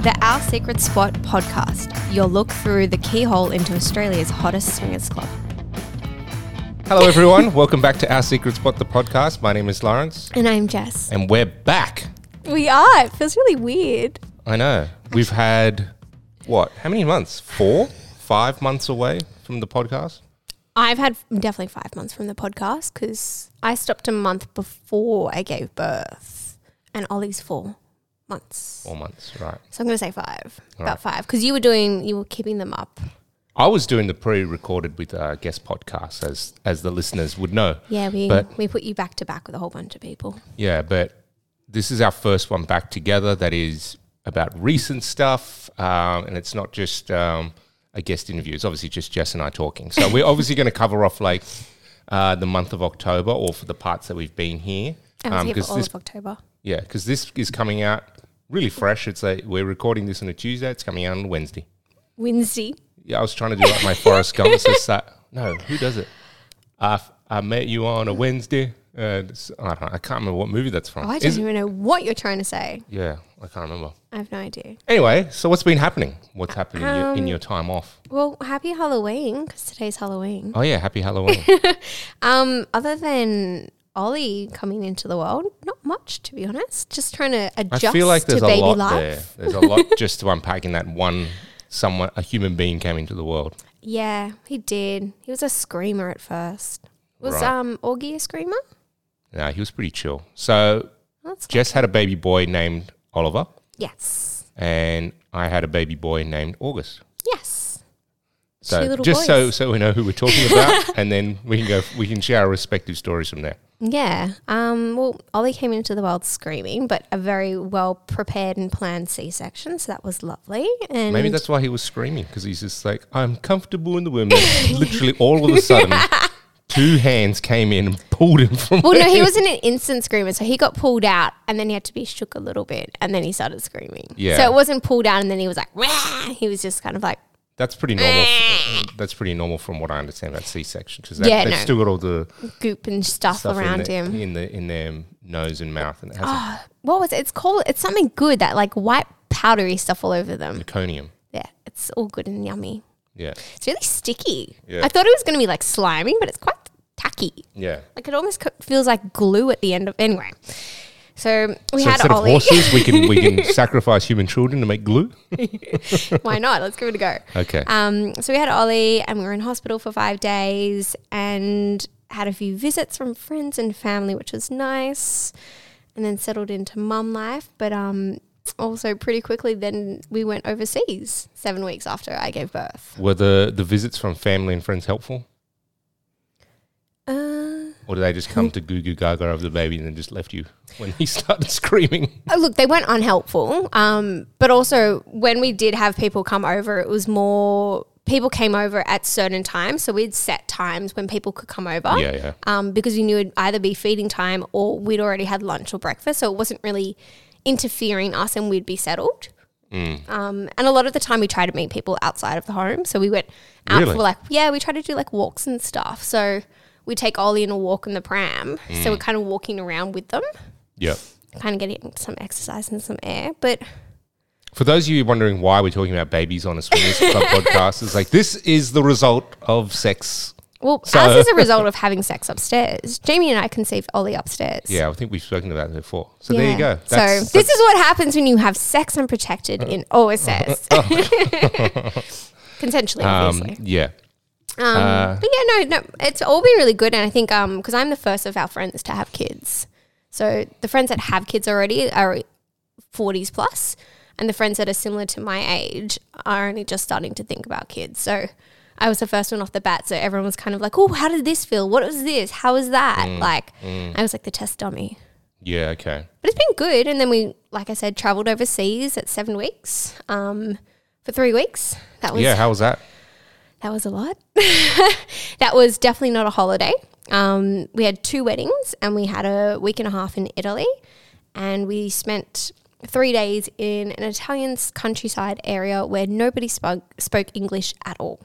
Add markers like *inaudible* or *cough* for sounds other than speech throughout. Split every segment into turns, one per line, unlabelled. The Our Secret Spot podcast, your look through the keyhole into Australia's hottest swingers club.
Hello, everyone. Welcome back to Our Secret Spot, the podcast. My name is Lawrence,
And I'm Jess.
and we're back.
We are. It feels really weird.
I know. We've had, what, how many months? Four? Five months away from the podcast?
I've had definitely five months from the podcast because I stopped a month before I gave birth, and Ollie's four months.
Four months, right.
So I'm going to say five,
All
about five, because you were doing, you were keeping them up.
I was doing the pre recorded with uh, guest podcasts, as, as the listeners would know.
Yeah, we
But-
we put you back to back with a whole bunch of people.
Yeah, but this is our first one back together that is about recent stuff. Um, and it's not just um, a guest interview, it's obviously just Jess and I talking. So we're obviously going to cover off like uh, the month of October or for the parts that we've been here.
I was here for
Um, 'cause
all
this,
of October.
yeah, because this is coming out really fresh. It's like we're recording this on a Tuesday, it's coming out on Wednesday.
Wednesday.
Yeah, I was trying to do
*laughs*
like my Forrest Gump. It's just like, no, who does it? I, f- I met you on a Wednesday. Uh, it's- I, don't, I can't remember what movie that's from.
Oh, I don't
Is-
even know what you're trying to say.
yeah, I can't remember.
I have no idea.
Anyway, so what's been happening? What's happening in, your, in
Um,
your time off?
Well, happy Halloween because today's Halloween.
Oh yeah,
*laughs*
happy Halloween.
Um, other than Ollie coming into the world, not much to be honest. Just trying to
I
adjust
feel like
to
there's a
baby
lot
life.
there. There's a lot *laughs* just to unpack in that one. Someone, a human being, came into the world.
Yeah, he did. He was a screamer at first. Was
Right.
um Augie a screamer?
No, he was pretty chill. So
That's
Jess had a baby boy named Oliver,
yes,
and I had a baby boy named August.
yes. Two
So
little
just
boys.
so so we know who we're talking about, *laughs* and then we can go. We can share our respective stories from there.
Yeah. Um, well, Ollie came into the world screaming, but a very well prepared and planned C section, so that was lovely. And
Maybe that's why he was screaming because he's just like, "I'm comfortable in
*laughs*
the women." Literally, all of a sudden, two hands came in and pulled him from.
well, no,
me.
he wasn't an instant screamer, so he got pulled out, and then he had to be shook a little bit, and then he started screaming.
Yeah.
So it wasn't pulled out, and then he was like, Wah! he was just kind of like,
*laughs* That's pretty normal. that's pretty normal from what I understand about C-section because that,
Yeah,
they've
no.
still got all the
goop and stuff,
stuff
around
in, the,
him. Ah.
in the in their nose and mouth, and it has a
What was it? It's called, it's something good, that like white powdery stuff all over them.
meconium.
Yeah, it's all good and yummy.
Yeah,
It's really sticky.
Yeah.
I thought it was going to be like slimy, but it's quite tacky.
yeah.
Like it almost co- feels like glue at the end of, anyway. So we
So
had
instead of
Ollie.
horses, we can we can
*laughs*
sacrifice human children to make glue.
Why not? Let's give it a go.
Okay.
Um, so we had Ollie and we were in hospital for five days and had a few visits from friends and family, which was nice. And then settled into mum life. But um, also, pretty quickly, then we went overseas seven weeks after I gave birth.
Were the the visits from family and friends helpful,
Uh,
or did they just come to goo goo gaga over the baby and then just left you when he *laughs* started screaming?
oh, look, they weren't unhelpful. Um, but also, when we did have people come over, it was more. People came over at certain times, so we'd set times when people could come over.
Yeah, yeah.
um, because we knew it'd either be feeding time or we'd already had lunch or breakfast. So it wasn't really interfering us and we'd be settled.
Mm.
Um, and a lot of the time we try to meet people outside of the home. So we went out
Really?
for like, yeah, we try to do like walks and stuff. So we take Ollie on a walk in the pram. So
Mm.
we're kind of walking around with them,
Yeah.
kind of getting some exercise and some air. But
For those of you wondering why we're talking about babies on a swingers *laughs* club podcast, it's like this is the result of sex.
well,
So-
as is a result of having sex upstairs, Jamie and I conceived Ollie upstairs.
Yeah, I think we've spoken about that before. So there you go.
Yeah. so this is what happens when you have sex unprotected in
*laughs*
OSS. Consensually,
um, uh,
obviously.
yeah.
Um, but yeah, no, no, it's all been really good. And I think because I'm the first of our friends to have kids. So the friends that have kids already are 40s plus, and the friends that are similar to my age are only just starting to think about kids. So I was the first one off the bat. So everyone was kind of like, oh, how did this feel? What was this? How was that?
Mm,
like, I was like the test dummy.
Yeah. Okay.
But it's been good. And then we, like I said, traveled overseas at seven weeks um, for three weeks. That was
Yeah. How was that?
that was a lot. *laughs* that was definitely not a holiday. Um, we had two weddings and we had a week and a half in Italy, and we spent three days in an Italian s- countryside area where nobody spoke spoke English at all.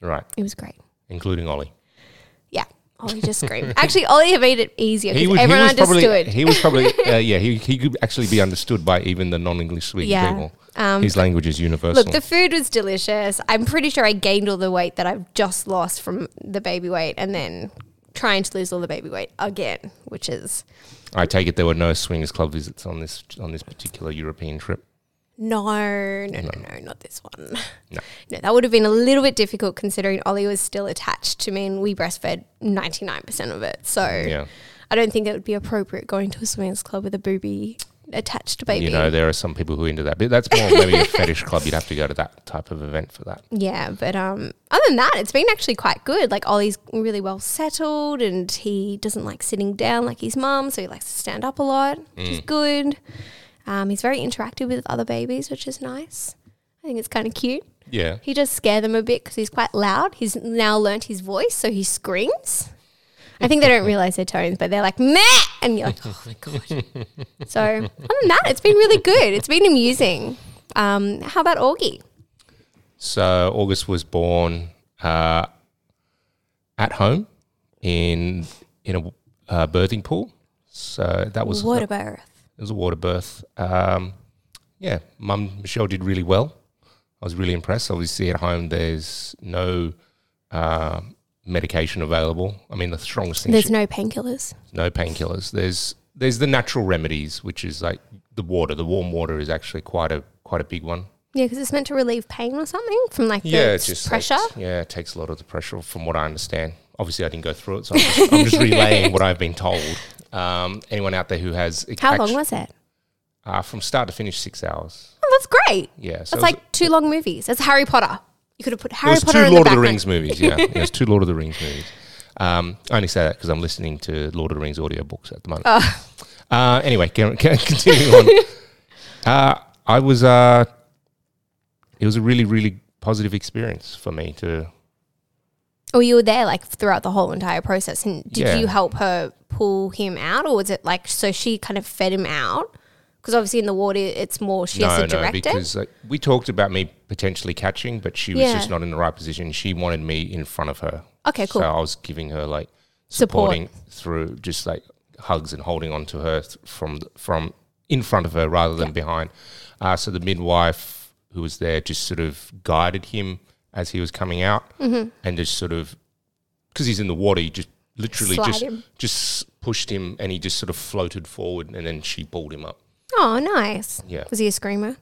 Right.
It was great.
Including Ollie.
Yeah. Ollie just
*laughs*
screamed. Actually, Ollie made it easier because everyone
was
understood. *laughs*
probably. He was probably. Uh, yeah. He, he could actually be understood by even the non-English speaking
yeah.
people.
Um,
His language is universal.
Look, the food was delicious. I'm pretty sure I gained all the weight that I've just lost from the baby weight and then trying to lose all the baby weight again, which is
I take it there were no swingers club visits on this on this particular European trip.
no, no, no, no, not this one.
No.
*laughs* No, that would have been a little bit difficult considering Ollie was still attached to me and we breastfed 99% of it. So
Yeah.
I don't think it would be appropriate going to a swingers club with a booby attached baby.
You know, there are some people who are into that, but that's more maybe a fetish club. You'd have to go to that type of event for that.
Yeah, but um, other than that, it's been actually quite good. Like Ollie's really well settled, and he doesn't like sitting down like his mum, so he likes to stand up a lot, which is good. Um, he's very interactive with other babies, which is nice. I think it's kind of cute.
Yeah.
He does scare them a bit because he's quite loud. He's now learnt his voice, so he screams. I think they don't realize their tones, but they're like meh, and you're like, oh my god. so other than that, it's been really good. It's been amusing. Um, how about Augie?
So August was born uh, at home in in a uh, birthing pool. So that was
What about Earth?
It was a water birth. Um, yeah, Mum Michelle did really well. I was really impressed. Obviously, at home there's no uh, medication available. I mean, the strongest thing
There's
she-
no painkillers.
no painkillers. There's there's the natural remedies, which is like the water. The warm water is actually quite a quite a big one.
Yeah, because it's meant to relieve pain or something from like the
it's
s- pressure.
Takes, yeah, it takes a lot of the pressure from what I understand. Obviously, I didn't go through it, so I'm
*laughs*
just, I'm just relaying what I've been told. Um, anyone out there who has
How long
actu-
was it?
uh, from start to finish six hours?
Oh, that's great.
Yeah, so
That's
it was-
like two long movies. That's Harry Potter. You could have put
It
Harry
was
Potter in
two
the
Lord of
background.
the Rings movies.
*laughs*
Yeah, yeah it was two Lord of the Rings movies. Um, I only say that because I'm listening to Lord of the Rings audiobooks at the moment.
Ah.
Uh, anyway, can, can *laughs* continue on. Uh, I was. Uh, it was a really, really positive experience for me to.
Oh, you were there like throughout the whole entire process. And did
Yeah.
you help her pull him out, or was it like so she kind of fed him out? Because obviously in the water, it's more she has to direct it.
because like, we talked about me potentially catching, but she was
Yeah.
just not in the right position. She wanted me in front of her.
Okay, cool.
So I was giving her like
Support.
supporting through just like hugs and holding on to her th- from th- from in front of her rather than behind. Uh, so the midwife who was there just sort of guided him as he was coming out,
Mm-hmm.
and just sort of because he's in the water, you just literally
Slide
just
him.
just pushed him, and he just sort of floated forward, and then she pulled him up.
Oh, nice.
Yeah.
Was he a screamer?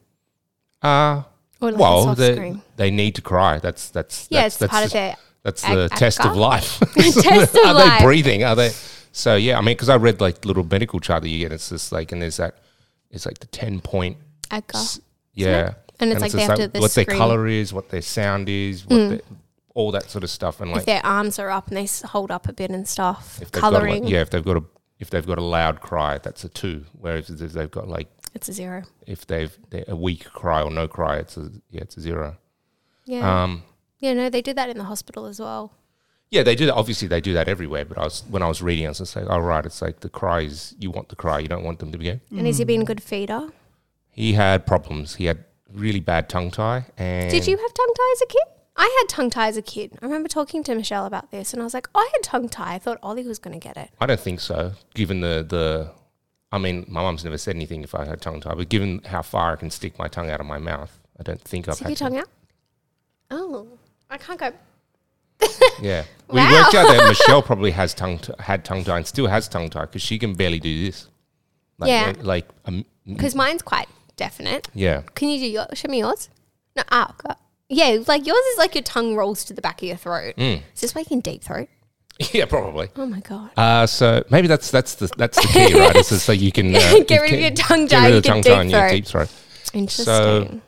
Uh,
Or like a
well,
soft
they,
scream.
they need to cry. That's that's
Yeah,
that's,
it's
that's
part
the,
of their
That's
ag-
the test of
agga.
life. *laughs*
Test of
are
life. *laughs*
they breathing? Are they? So yeah, I mean, because I read like little medical chart that you get. It's just like, and there's that. It's like the ten point.
Edgar.
Yeah,
And it's like they
just
have to- they
what their
scream.
color is, what their sound is, what their, all that sort of stuff, and like
If their arms are up and they s- hold up a bit and stuff,
if they've got, like-
coloring,
yeah, if they've got a if they've got a loud cry, that's a two. Whereas if they've got like
it's a zero.
if they've they're a weak cry or no cry, it's a yeah, it's a zero.
Yeah.
Um,
Yeah, no, they do that in the hospital as well.
Yeah, they do that. Obviously, they do that everywhere. But I was when I was reading, I was just like, "Oh right, it's like the cry is you want the cry, you don't want them to be." Gay.
And has he been a good feeder?
He had problems. He had really bad tongue tie. And
Did you have tongue tie as a kid? I had tongue tie as a kid. I remember talking to Michelle about this and I was like, I had tongue tie. I thought Ollie was going to get it.
I don't think so. Given the the, I mean, my mum's never said anything if I had tongue tie. But given how far I can stick my tongue out of my mouth, I don't think I've
Stick your
had. Mm.
tongue out. Oh, I can't go. *laughs*
Yeah,
Wow.
we worked out that Michelle probably has tongue t- had tongue tie and still has tongue tie because she can barely do this. Like,
Yeah.
like um,
Because mine's quite definite.
yeah.
Can you do your, show me yours? No, ah, go- yeah, like yours is like your tongue rolls to the back of your throat. Is this why you can deep throat?
Mm. *laughs* Yeah, probably.
Oh my God.
Uh, so maybe that's that's the that's the key, right? It's just so you can uh,
*laughs* Get rid of your tongue
get
tie,
rid
you
of the
can
tongue tie,
deep
and your
throat.
deep throat.
Interesting.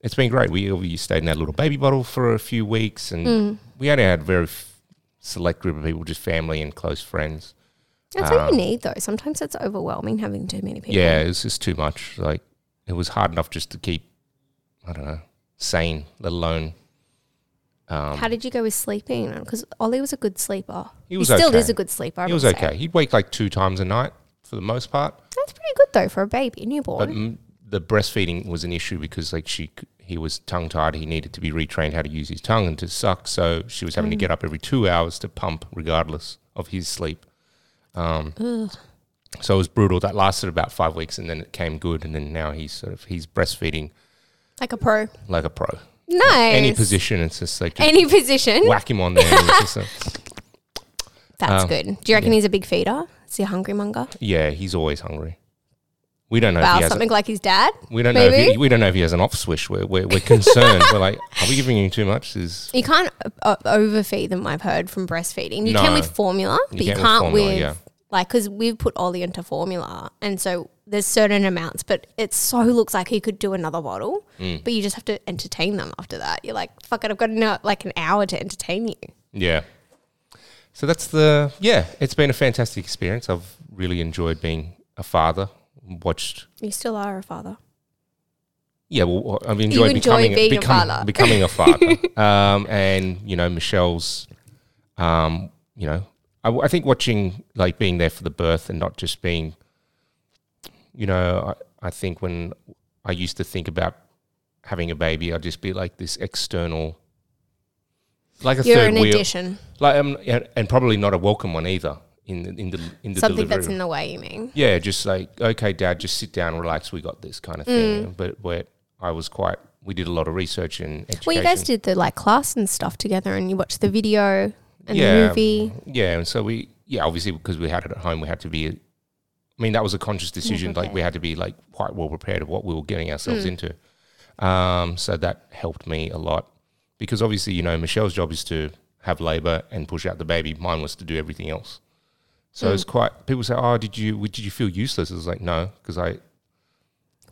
It's been great. We we stayed in that little baby bottle for a few weeks, and
Mm.
we only had a very f- select group of people, just family and close friends.
That's what you need though. Sometimes it's overwhelming having too many people.
Um, Yeah, it was just too much. Like it was hard enough just to keep, I don't know, sane, let alone.
How did you go with sleeping? Because Ollie was a good sleeper.
He was
still
okay.
is a good sleeper. I
He was
would say.
okay. He'd wake like two times a night for the most part.
That's pretty good though for a baby,
But
newborn.
mm, the breastfeeding was an issue because like she c- he was tongue tied. He needed to be retrained how to use his tongue and to suck. So she was having to get
Mm.
up every two hours to pump, regardless of his sleep. Um, so it was brutal. That lasted about five weeks, and then it came good. And then now he's sort of he's breastfeeding
Like a pro.
like a pro.
Nice.
Any position, it's just like just
Any position.
whack
*laughs*
him on there. and it's just a-
That's
Um,
good. Do you reckon
yeah.
he's a big feeder? Is he a hungry monger?
yeah, he's always hungry. We don't know. if
Wow,
he has a-
something like his dad?
we don't know. If
maybe?
he, we don't know if he has an off swish. We're, we're, we're concerned. we're like, are we giving him too much? Is
You can't uh, overfeed them, I've heard from breastfeeding. You
No.
can with formula, but you,
can with
can't with,
formula, yeah.
like, because we've put Ollie into formula. And so there's certain amounts, but it so looks like he could do another bottle,
Mm.
but you just have to entertain them after that. You're like, fuck it, I've got an, like an hour to entertain you.
yeah. So that's the yeah. It's been a fantastic experience. I've really enjoyed being a father. Watched
You still are a father.
Yeah, well, I've
enjoy
enjoyed becoming
being a
become-
father. *laughs*
becoming a father. um, and you know Michelle's, um, you know, I, I think watching like being there for the birth and not just being, you know, I, I think when I used to think about having a baby, I'd just be like this external, like a
You're
third
an
wheel,
addition.
like um, and, and probably not a welcome one either in the, in the in the
Something
delivery
that's
room.
in the way, you mean?
Yeah, just like okay, Dad, just sit down, relax. We got this kind of thing.
Mm.
But where I was quite, we did a lot of research and education.
Well, you guys did the like class and stuff together, and you watched the video and the
Yeah.
movie.
yeah, and so we, yeah, obviously because we had it at home, we had to be. I mean, that was a conscious decision. Like we had to be like quite well prepared of what we were getting ourselves into. Um, so that helped me a lot because obviously, you know, Michelle's job is to have labor and push out the baby. Mine was to do everything else. So it's quite. People say, "Oh, did you did you feel useless?" It was like no, because I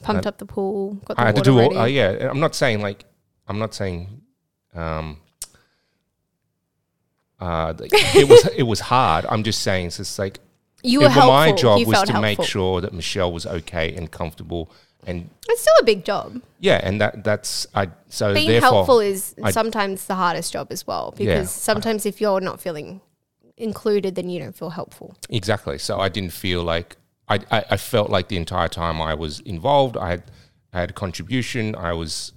Pumped up the pool, got the
um, I had to
water
do
ready.
all. Uh, yeah, and I'm not saying like I'm not saying um, uh, like, it was it was hard. I'm just saying it's just like
you
it-
were helpful.
my job
you
was
felt
to
helpful.
make sure that Michelle was okay and comfortable, and
It's still a big job.
yeah, and that that's I so
Being
therefore
helpful is
I-
sometimes the hardest job as well because
Yeah, I-
sometimes if you're not feeling included, then you don't feel helpful.
Exactly. So I didn't feel like I, I, I felt like the entire time I was involved, I had I had a contribution. I was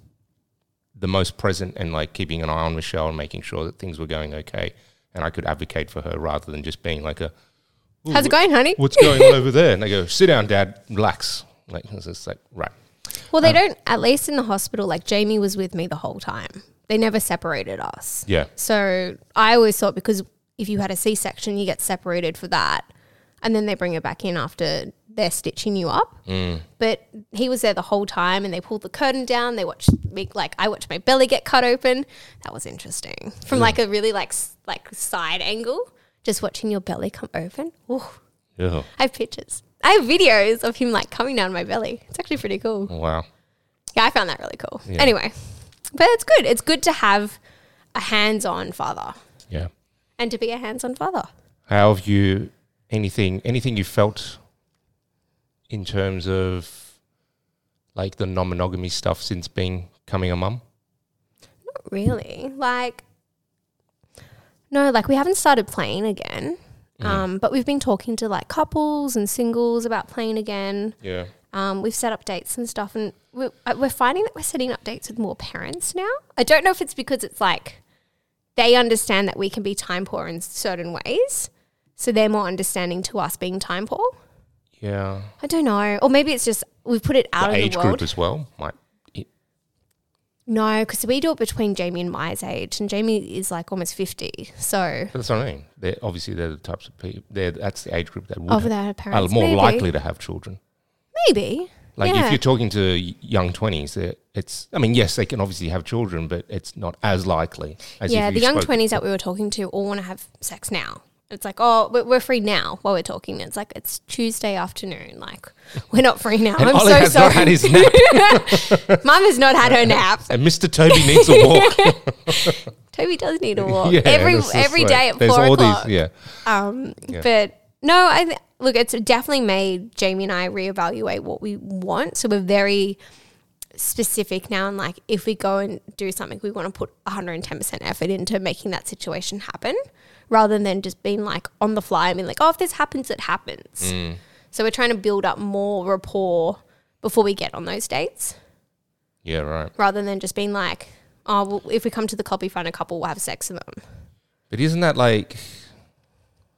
the most present and like keeping an eye on Michelle and making sure that things were going okay, and I could advocate for her rather than just being like a
How's it going, honey?
what's going on over there. And they go, sit down, Dad, relax. Like it's just like right.
Well, they don't. At least in the hospital, like Jamie was with me the whole time. They never separated us.
Yeah.
So I always thought because if you had a C section, you get separated for that. And then they bring it back in after they're stitching you up. But he was there the whole time and they pulled the curtain down. They watched me, like, I watched my belly get cut open. That was interesting. From like a really like, s- like side angle, just watching your belly come open. Ooh,
Yeah.
I have pictures. I have videos of him like coming down my belly. It's actually pretty cool.
Wow.
Yeah, I found that really cool. Anyway, but it's good. It's good to have a hands on father
Yeah.
and to be a hands-on father.
How have you anything anything you felt in terms of like the non monogamy stuff since being coming a mum?
Not really. Like, no, like we haven't started playing again. Um, but we've been talking to like couples and singles about playing again.
Yeah.
Um, we've set up dates and stuff, and we're, uh, we're finding that we're setting up dates with more parents now. I don't know if it's because it's like they understand that we can be time poor in certain ways, so they're more understanding to us being time poor.
Yeah.
I don't know, or maybe it's just we've put it out
The
in
age
the world.
group as well. Might it-
No, because we do it between Jamie and my age, and Jamie is like almost 50. So,
that's what I mean. They're obviously they're the types of people they're that's the age group that would
oh,
have-
without her
are
parents,
more
maybe.
likely to have children.
Maybe.
Like
yeah.
if you're talking to y- young twenties, it's I mean, yes, they can obviously have children, but it's not as likely as
yeah,
if
the
you
young
spoke-
20s that we were talking to all want to have sex now. It's like, oh, we're- we're free now while we're talking. It's like, it's Tuesday afternoon. Like, *laughs* we're not free now.
And
I'm
Ollie
so
has not had
sorry.
his
*laughs*
nap,
Mum has not had
*laughs*
her nap.
and Mr. Toby needs a walk.
Toby does need a walk
Yeah,
every
that's just
every
like-
day at
there's
four
all these-
o'clock.
yeah,
Um,
Yeah.
But no, I th- look. It's definitely made Jamie and I reevaluate what we want. So we're very specific now, and like if we go and do something, we want to put 110 percent effort into making that situation happen, rather than just being like on the fly and being like, oh, if this happens, it happens. So we're trying to build up more rapport before we get on those dates,
yeah, right.
rather than just being like, oh, well, if we come to the coffee find a couple, we'll have sex with them.
But isn't that like?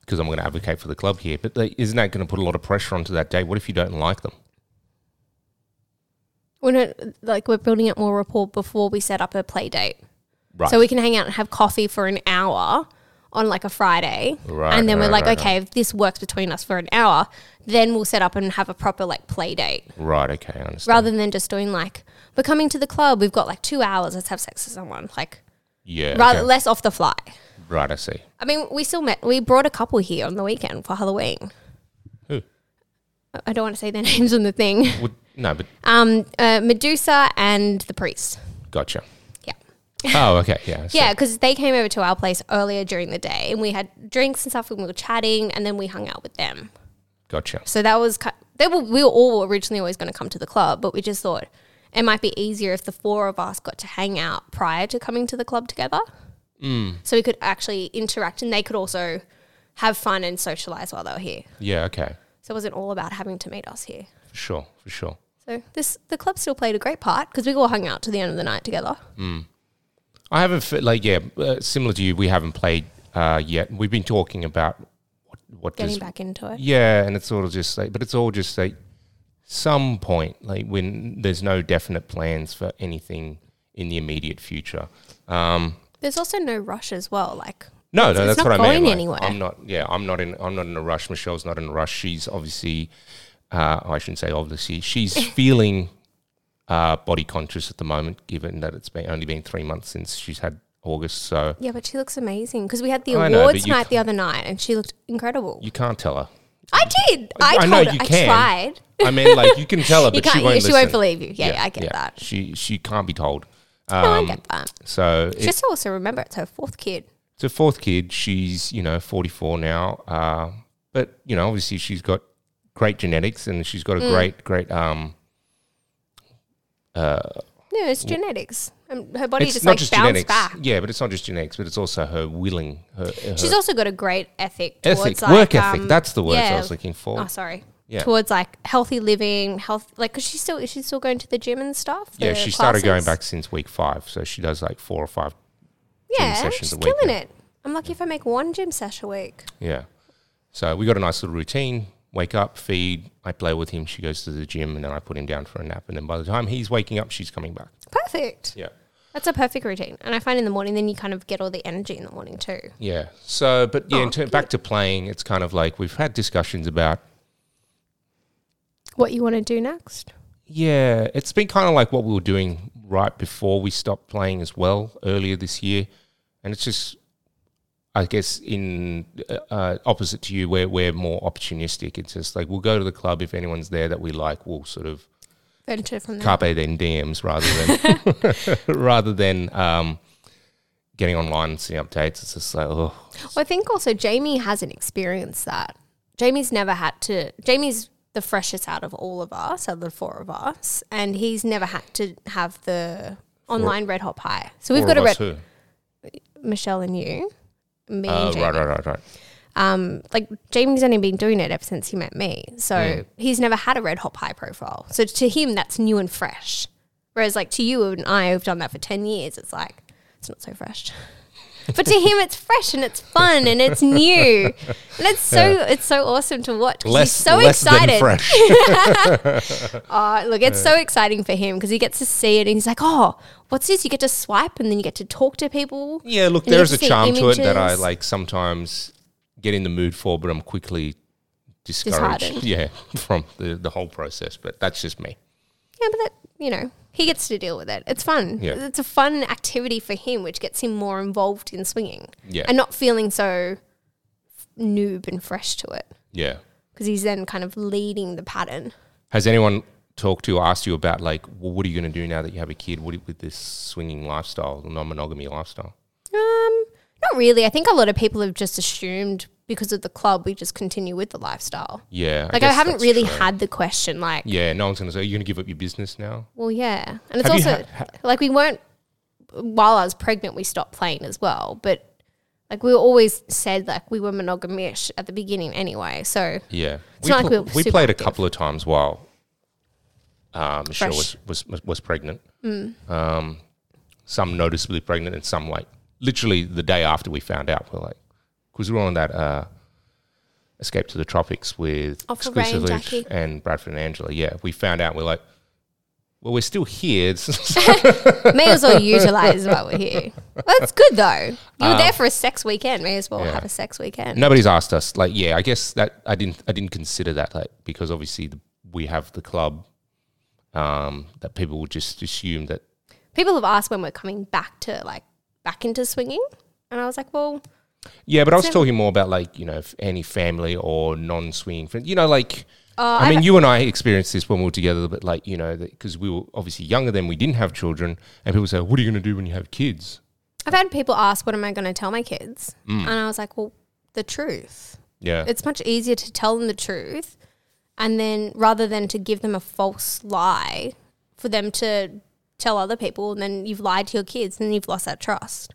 Because I'm going to advocate for the club here, but like, isn't that going to put a lot of pressure onto that date? What if you don't like them?
We're not, like we're building up more rapport before we set up a play date.
Right.
So we can hang out and have coffee for an hour on like a Friday.
Right,
and then
right,
we're like,
right,
okay, if this works between us for an hour, then we'll set up and have a proper like play date
right. Okay. I understand.
rather than just doing like, we're coming to the club, we've got like two hours, let's have sex with someone. Like,
yeah.
rather
okay.
less off the fly.
Right. I see.
I mean, we still met, we brought a couple here on the weekend for Halloween.
Who?
I- I don't want to say their *laughs* names on the thing.
Would, no, but
Um, uh, Medusa and the priest.
gotcha.
Yeah.
Oh, okay. Yeah. I see.
Yeah, because they came over to our place earlier during the day and we had drinks and stuff and we were chatting and then we hung out with them.
Gotcha.
So that was, ki- they were, we were all originally always going to come to the club, but we just thought it might be easier if the four of us got to hang out prior to coming to the club together. Mm. So we could actually interact and they could also have fun and socialize while they were here.
Yeah. Okay.
So it wasn't all about having to meet us here.
For sure. For sure.
So this the club still played a great part because we all hung out to the end of the night together.
I haven't fi- like yeah, uh, similar to you. We haven't played uh, yet. We've been talking about what, what
Getting
does
back into it.
yeah, and it's sort of just like, but it's all just like some point, like when there's no definite plans for anything in the immediate future. Um,
There's also no rush as well. Like
no,
It's-
no,
it's
that's
not
what I mean.
going
like,
anywhere.
I'm not. Yeah, I'm not in. I'm not in a rush. Michelle's not in a rush. She's obviously. Uh, I shouldn't say
*laughs*
obviously. She's feeling uh, body conscious at the moment, given that it's been only been three months since she's had August. So
yeah, but she looks amazing because we had the
I
awards
know, but you
night the other night and she looked incredible.
you can't tell her.
I did. I,
I
told
know
her.
you
I
can,
tried.
I mean, like you can tell her,
*laughs* You
but
can't.
she won't.
you- she won't
listen.
believe you. Yeah, yeah, I get that.
She she can't be told.
no, I get that.
So Um, it-
Just also remember, it's her fourth kid.
it's a fourth kid. She's you know forty four now, uh, but you know obviously she's got great genetics and she's
Hmm.
got a great great um.
No, it's genetics. Um, her body
it's
just
not
like
just
bounced
genetics,
back.
yeah, but it's not just genetics, but it's also her willing her, her
She's also got a great ethic. Towards
ethic,
like,
work ethic.
um,
That's the words I
yeah,
was looking for.
Oh, sorry.
Yeah.
Towards like healthy living, health, like because she's still she's still going to the gym and stuff.
Yeah,
the
she started going
classes.
back since week five, so she does like four or five.
Yeah,
sessions
she's
a week
killing
now.
it. I'm lucky if I make one gym session a week.
Yeah. So we got a nice little routine. Wake up, feed. I play with him. She goes to the gym, and then I put him down for a nap. And then by the time he's waking up, she's coming back.
Perfect.
Yeah.
That's a perfect routine. And I find in the morning, then you kind of get all the energy in the morning too.
Yeah. So, but yeah, in
Oh,
ter- back to playing, it's kind of like we've had discussions about.
What you want to do next?
Yeah, it's been kind of like what we were doing right before we stopped playing as well earlier this year, and it's just, I guess, in uh, uh, opposite to you, where we're more opportunistic. It's just like we'll go to the club if anyone's there that we like, we'll sort of
Venture from there.
carpe then DMs rather than
*laughs*
*laughs* rather than um, getting online and seeing updates. It's just like oh
Well, I think also Jamie hasn't experienced that. Jamie's never had to. Jamie's the freshest out of all of us, out of the four of us, and he's never had to have the online red hot pie. So we've
four
got a
of
red
us who?
Michelle and you, me
Oh
and Jamie.
right, right, right, right.
um, like Jamie's only been doing it ever since he met me. So he's never had a red hot pie profile. So to him, that's new and fresh. Whereas like to you and I who've done that for 10 years, it's like, it's not so fresh. *laughs* but to him, it's fresh and it's fun and it's new. And it's so, it's so awesome to watch. 'cause
Less
he's so
less than
excited. *laughs*
fresh.
Oh, look, it's so exciting for him because he gets to see it and he's like, oh, what's this? You get to swipe and then you get to talk to people.
yeah, look,
And you
there is a
get to see
charm to it that I
images.
like sometimes get in the mood for, but I'm quickly discouraged.
Disheartened.
*laughs* Yeah, from the the whole process. But that's just me.
Yeah, but that you know, he gets to deal with it. It's fun.
Yeah.
It's a fun activity for him, which gets him more involved in swinging.
Yeah.
and not feeling so noob and fresh to it
Yeah.
because he's then kind of leading the pattern.
Has anyone talked to or asked you about like, well, what are you going to do now that you have a kid? What do- with this swinging lifestyle, the non-monogamy lifestyle?
Um, not really. I think a lot of people have just assumed because of the club, we just continue with the lifestyle.
Yeah,
Like I,
guess
haven't
that's
really
true.
had the question like,
Yeah, no one's going to say, you're going to give up your business now?
well, yeah, and it's
Have you
also
ha-
like we weren't while I was pregnant, we stopped playing as well, but. Like we always said, like we were monogamish at the beginning anyway. So
Yeah.
It's not like we were
we
super
played a
active.
couple of times while uh, Michelle was,
Fresh. Mm.
was, was, was pregnant. Um, some noticeably pregnant and some like literally the day after we found out, we're like, because we were on that uh, Escape to the Tropics with
Oh, for Ray and
exclusively
Jackie.
and Bradford and Angela. Yeah, we found out, we're like, Well, we're still here. *laughs* It's-
may as well utilize while we're here. That's good though. You were there for a sex weekend. May as well
Um, yeah.
have a sex weekend.
Nobody's asked us. Like, yeah, I guess that I didn't. I didn't consider that. Like, because obviously the, we have the club um, that people will just assume that.
People have asked when we're coming back to like back into swinging, and I was like, well,
Yeah, but I was talking more about like you know if any family or non-swinging friends. You know, like
uh, Oh,
I mean, you and I experienced this when we were together. But like you know, because we were obviously younger then, we didn't have children, and people say, "What are you going to do when you have kids?"
I've had people ask, what am I going to tell my kids?
Mm.
And I was like, well, the truth.
Yeah,
It's much easier to tell them the truth, and then rather than to give them a false lie, for them to tell other people, and then you've lied to your kids, and you've lost that trust.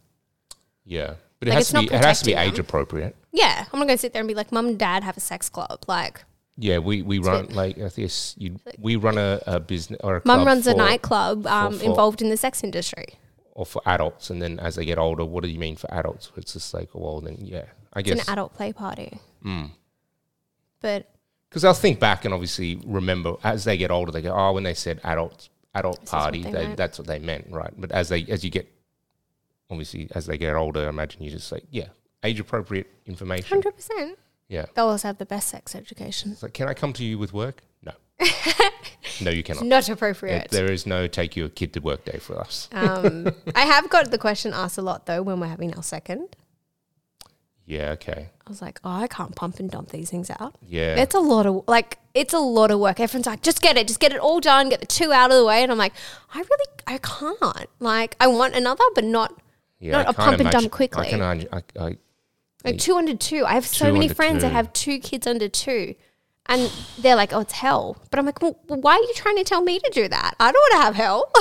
yeah. But it
Like,
has
it's
to be.
not
It has to be
protecting
age appropriate.
Yeah, I'm not going to sit there and be like, mum and dad have a sex club. Like,
Yeah, we, we run like I think it's- you, we run a, a business or a
Mum
club
runs a
for-
nightclub um,
for-
involved in the sex industry.
or for adults, and then as they get older, what do you mean for adults? It's just like, well, then yeah, I
It's
guess
an adult play party.
Mm.
But
because I'll think back and obviously remember as they get older, they go, oh, when they said adult adult
what
party,
they
they
meant.
that's what they meant, right? But as they as you get obviously as they get older, I imagine you just like yeah, age appropriate information,
100%,
yeah.
they'll always have the best sex education.
It's like, can I come to you with work?
*laughs*
No, no, you cannot.
Not appropriate.
There is no take your kid to work day for us.
Um, I have got the question asked a lot though when we're having our second.
Yeah, okay,
I was like, oh, I can't pump and dump these things out.
yeah.
It's a lot of like, it's a lot of work. Everyone's like, just get it, just get it all done, get the two out of the way, and I'm like, I really, I can't. Like, I want another, but not
Yeah,
Not
I
a
can't
pump and dump
imagine-
quickly.
I can, I, I,
like two under two. I have so
Two
many
under
friends that
two.
have two kids under two, and they're like, oh, it's hell. But I'm like, well, why are you trying to tell me to do that? I don't want to have hell.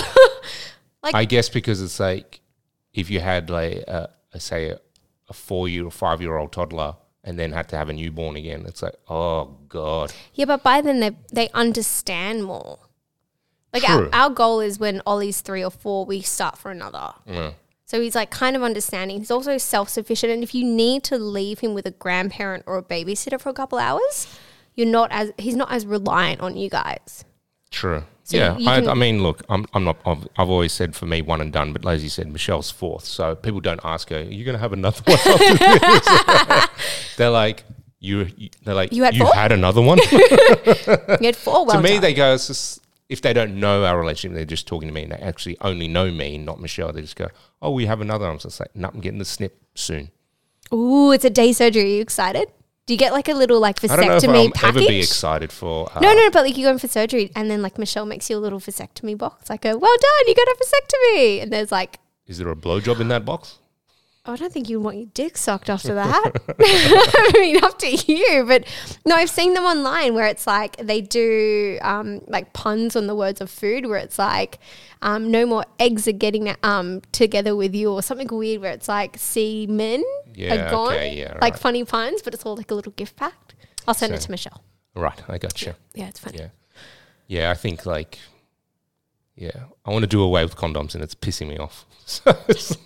*laughs*
I guess because it's like if you had like a, a say a, a four year or five year old toddler and then had to have a newborn again, it's like oh god,
Yeah, but by then they they understand more. Like our,
True.
our goal is when Ollie's three or four, we start for another. So he's like kind of understanding. He's also self sufficient, and if you need to leave him with a grandparent or a babysitter for a couple hours, you're not as he's not as reliant on you guys.
true.
So
yeah,
you
I,
can-
I mean, look, I'm, I'm not. I've, I've always said for me, one and done. But as you said, Michelle's fourth, so people don't ask her, "Are you going to have another one?" after this?" *laughs* they're like, "You." you- They're like,
You had four?" *laughs*
another one."
You had four well
*laughs* to me,
done.
they go, it's just, if they don't know our relationship, they're just talking to me and they actually only know me, not Michelle. They just go, oh, we have another. I'm just like, no, I'm getting the snip soon.
Ooh, it's a day surgery. Are you excited? Do you get like a little like
I don't know if
vasectomy
I'll ever
package?
be excited for. Uh,
no, no, but like you go in for surgery, and then like Michelle makes you a little vasectomy box, like a well done, you got a vasectomy, and there's like
Is there a blowjob in that box?
Oh, I don't think you want your dick sucked
*laughs*
after that. *laughs* I mean, up to you. But no, I've seen them online where it's like they do um, like puns on the words of food, where it's like um, no more eggs are getting um, together with you, or something weird where it's like see men
Yeah,
are gone,
okay, yeah,
like
right.
funny puns, but it's all like a little gift pack. I'll send it
So-
to Michelle.
Right, I gotcha.
Yeah, it's funny.
Yeah. Yeah, I think like, yeah, I want to do away with condoms and it's pissing me off. *laughs* So it's-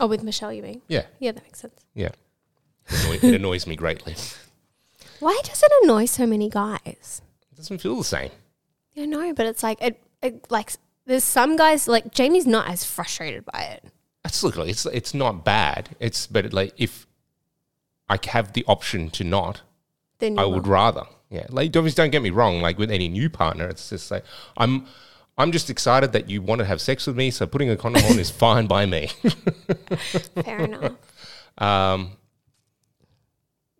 Oh, with Michelle, you mean?
yeah,
Yeah, that makes sense.
yeah. It annoys, it annoys me greatly. It
Why does it annoy so many guys?
doesn't feel the same.
I know, but it's like it, it like there's some guys like Jamie's not as frustrated by it.
Absolutely, it's it's not bad. It's but it, like if I have the option to not,
Then
I
you
would
will.
rather. Yeah, like don't don't get me wrong. Like with any new partner, it's just like I'm. I'm just excited that you want to have sex with me, so putting a condom
*laughs*
on is fine by me.
Fair enough.
Um,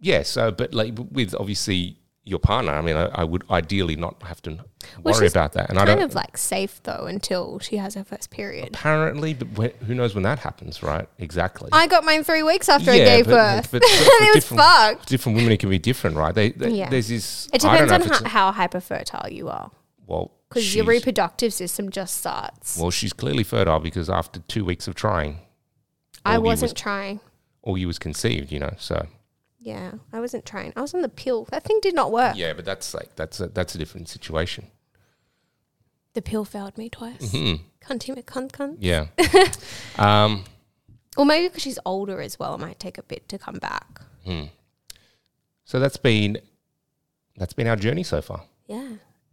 yeah, so but like with obviously your partner, I mean, I, I would ideally not have to
Which
worry
is
about that, and *laughs* I
Kind
don't.
of like safe though until she has her first period.
apparently, but when, who knows when that happens, right? Exactly.
I got mine three weeks after I
Yeah,
gave
but-
birth. *laughs*
but for- for
it was
different-
fucked.
different women it can be different, right? They, they-
Yeah.
There's this.
It
I don't
depends
know
on
if it's
how, how hyperfertile you are
a- well,
because your
she's-
reproductive system just starts.
well, she's clearly fertile because after two weeks of trying,
I
all you was-
wasn't trying.
all you was conceived, you know. So
Yeah, I wasn't trying. I was on the pill. That thing did not work.
yeah, but that's like that's a, that's a different situation.
The pill failed me twice.
Hmm.
Cunt, cunt, cunt. *laughs*
Yeah. um.
Or maybe because she's older as well, it might take a bit to come back.
So that's been that's been our journey so far.
Yeah.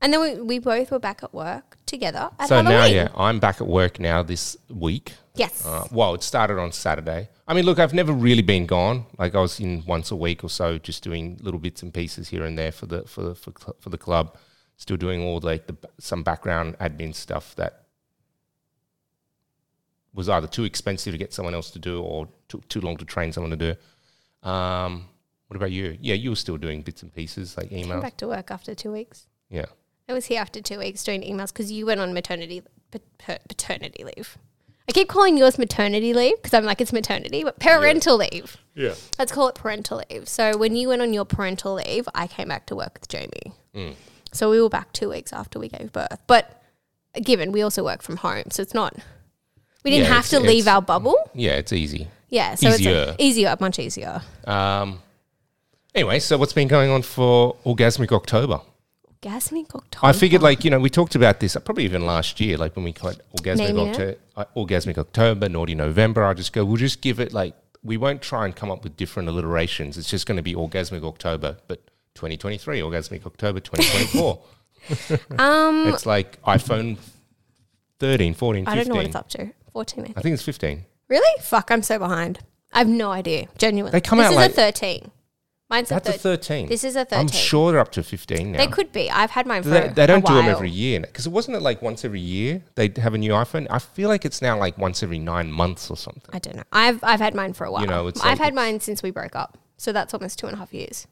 And then we, we both were back at work together at
so
Halloween.
now, yeah, I'm back at work now this week.
Yes.
Uh, well, it started on Saturday. I mean, look, I've never really been gone. Like I was in once a week or so, just doing little bits and pieces here and there for the for for, cl- for the club. Still doing all like the, some background admin stuff that was either too expensive to get someone else to do or took too long to train someone to do. Um, what about you? Yeah, you were still doing bits and pieces like
Came
email.
back to work after two weeks.
Yeah,
I was here after two weeks doing emails because you went on maternity pat- pat- paternity leave. I keep calling yours maternity leave because I'm like it's maternity, but parental leave.
yeah.
Let's call it parental leave. So when you went on your parental leave, I came back to work with Jamie.
Mm.
So we were back two weeks after we gave birth. But given we also work from home, so it's not we didn't
Yeah,
have to
it's-
leave
it's-
our bubble.
Yeah, it's easy.
Yeah, so it's
Easier.
like easier, much easier.
Um, anyway, so what's been going on for Orgasmic October?
Gasmic October.
I figured, like, you know, we talked about this uh, probably even last year, like when we got Orgasmic,
Naming
Octo- uh, Orgasmic October, Naughty November. I just go, we'll just give it, like, we won't try and come up with different alliterations. It's just going to be Orgasmic October, but 2023, Orgasmic
*laughs*
October 2024. um, it's like iPhone 13, 14, 15.
I don't know what it's up to. Fourteen, I think.
I think it's 15.
Really? Fuck, I'm so behind. I have no idea. Genuinely.
They come
this
out
is
like-
a 13. Mine's a,
That's
thir-
a 13.
This is a 13.
I'm sure they're up to 15 now.
They could be. I've had mine for
they, they don't
a
do them
while.
every year because it wasn't it like once every year they have a new iPhone. I feel like it's now like once every nine months or something.
I don't know. I've, I've had mine for a while.
know, it's
I've
like
had mine since we broke up. So that's almost two and a half years.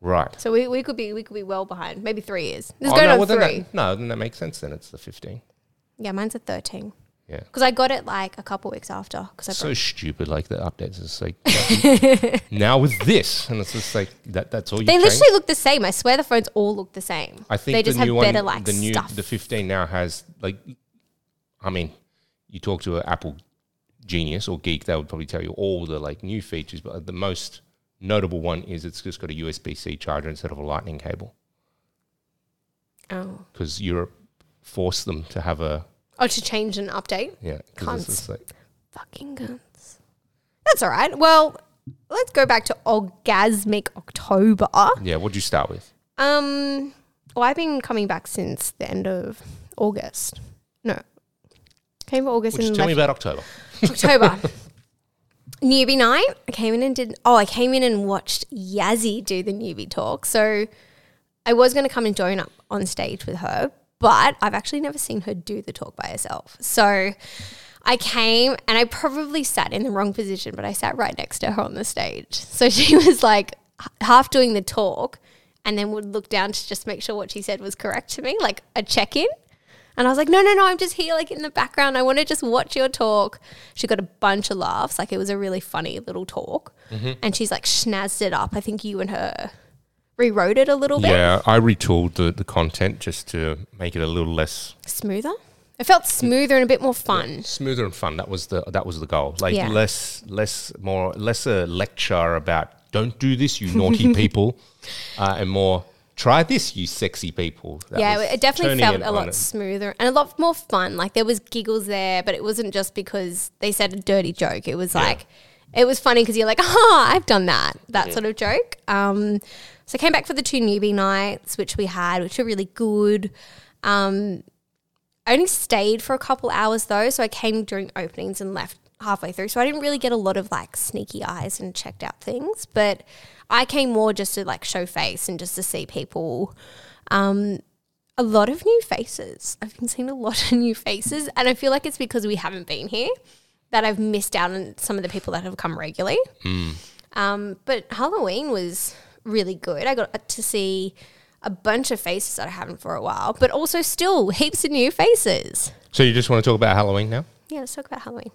Right.
So we, we could be we could be well behind. Maybe three years. This is
Oh,
going
no,
on
well, then
three.
that, no, then that makes sense. Then it's the fifteen.
yeah, mine's a 13.
Yeah.
Because I got it like a couple weeks after. Because I
So
broke-
stupid, like the updates.
*laughs*
It's like now with this, and it's just like that. That's all you.
they
change.
literally look the same. I swear the phones all look the same.
I think
they just
the new
have better
one,
like
the new
stuff.
the fifteen now has like, I mean, you talk to an Apple genius or geek, they would probably tell you all the like new features, but the most notable one is it's just got a USB C charger instead of a Lightning cable
oh.
because Europe forced them to have a
oh, to change and update.
yeah. 'cause it's just like,
Fucking guns. That's all right. Well, let's go back to orgasmic October.
yeah. What'd you start with?
Um, well, I've been coming back since the end of August. No, came for August
Well, just
and
tell me
left
about October.
*laughs* October. newbie night. I came in and did. Oh, I came in and watched Yazzie do the newbie talk. So I was going to come and join up on stage with her, but I've actually never seen her do the talk by herself. So I came and I probably sat in the wrong position, but I sat right next to her on the stage. So she *laughs* was like h- half doing the talk and then would look down to just make sure what she said was correct to me, like a check in. And I was like, no, no, no, I'm just here, like in the background. I want to just watch your talk. She got a bunch of laughs. Like it was a really funny little talk. And she's like, schnazzed it up. I think you and her rewrote it a little bit.
Yeah, I retooled the, the content just to make it a little less
smoother. It felt smoother and a bit more fun.
smoother and fun. That was the that was the goal. Like
Yeah.
less less more less a lecture about don't do this, you
*laughs*
naughty people, uh, and more try this, you sexy people. That
Yeah,
was
it definitely
turning
felt
it
a
on
lot
it.
smoother and a lot more fun. Like there was giggles there, but it wasn't just because they said a dirty joke. It was like it was funny because you're like, oh, I've done that, that sort of joke. Um, so I came back for the two newbie nights, which we had, which were really good. Um, I only stayed for a couple hours though, so I came during openings and left halfway through. So I didn't really get a lot of like sneaky eyes and checked out things, but I came more just to like show face and just to see people. Um, a lot of new faces. I've been seeing a lot of new faces, and I feel like it's because we haven't been here that I've missed out on some of the people that have come regularly.
Hmm.
Um, but Halloween was really good. I got to see a bunch of faces that I haven't for a while, but also still heaps of new faces.
So you just want to talk about Halloween now?
Yeah, let's talk about Halloween.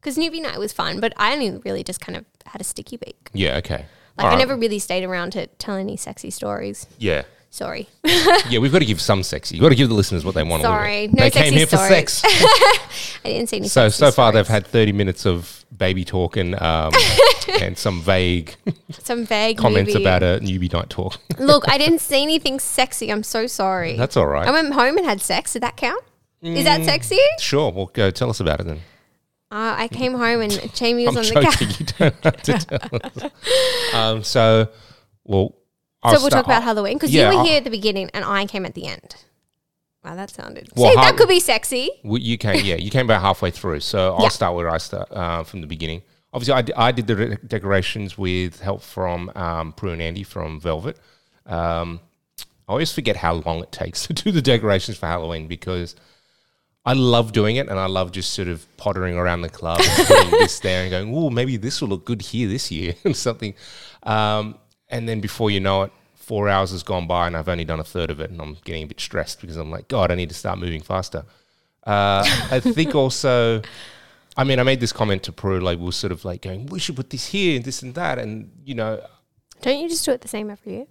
Because newbie night was fun, but I only really just kind of had a sticky week.
Yeah. Okay.
Like
All
I
right.
never really stayed around to tell any sexy stories.
Yeah.
Sorry.
Yeah, we've got to give some sexy. You've got to give the listeners what they want. a little
Sorry,
bit.
no
they came
sexy
here for
stories. *laughs*
sex.
I didn't see any.
So
sexy
so far
stories.
they've had thirty minutes of baby talk and
*laughs*
um, and some vague
some vague
comments
newbie-
about a newbie night talk.
Look, I didn't see anything sexy. I'm so sorry.
*laughs* That's all right.
I went home and had sex. Did that count? Is
Mm.
that sexy?
sure, well, go tell us about it then.
Uh, I came home and Jamie was
I'm
on the
joking.
couch. *laughs*
You don't have to tell us. Um, so, well, I'll
so we'll talk
start-
about Halloween because
Yeah,
you were
I'll-
here at the beginning and I came at the end. Wow, that sounded.
Well,
See,
Hall-
that could be sexy.
Well, you came, yeah, you came about halfway through. So I'll
Yeah.
start where I start uh, from the beginning. Obviously, I di- I did the re- decorations with help from um, Prue and Andy from Velvet. Um, I always forget how long it takes *laughs* to do the decorations for Halloween because I love doing it and I love just sort of pottering around the club and putting this there and going, oh, maybe this will look good here this year *laughs* and something. Um, and then before you know it, four hours has gone by and I've only done a third of it and I'm getting a bit stressed because I'm like, God, I need to start moving faster. Uh, I think also, I mean, I made this comment to Peru, like, we are sort of like going, we should put this here and this and that. And, you know,
Don't you just do it the same every year?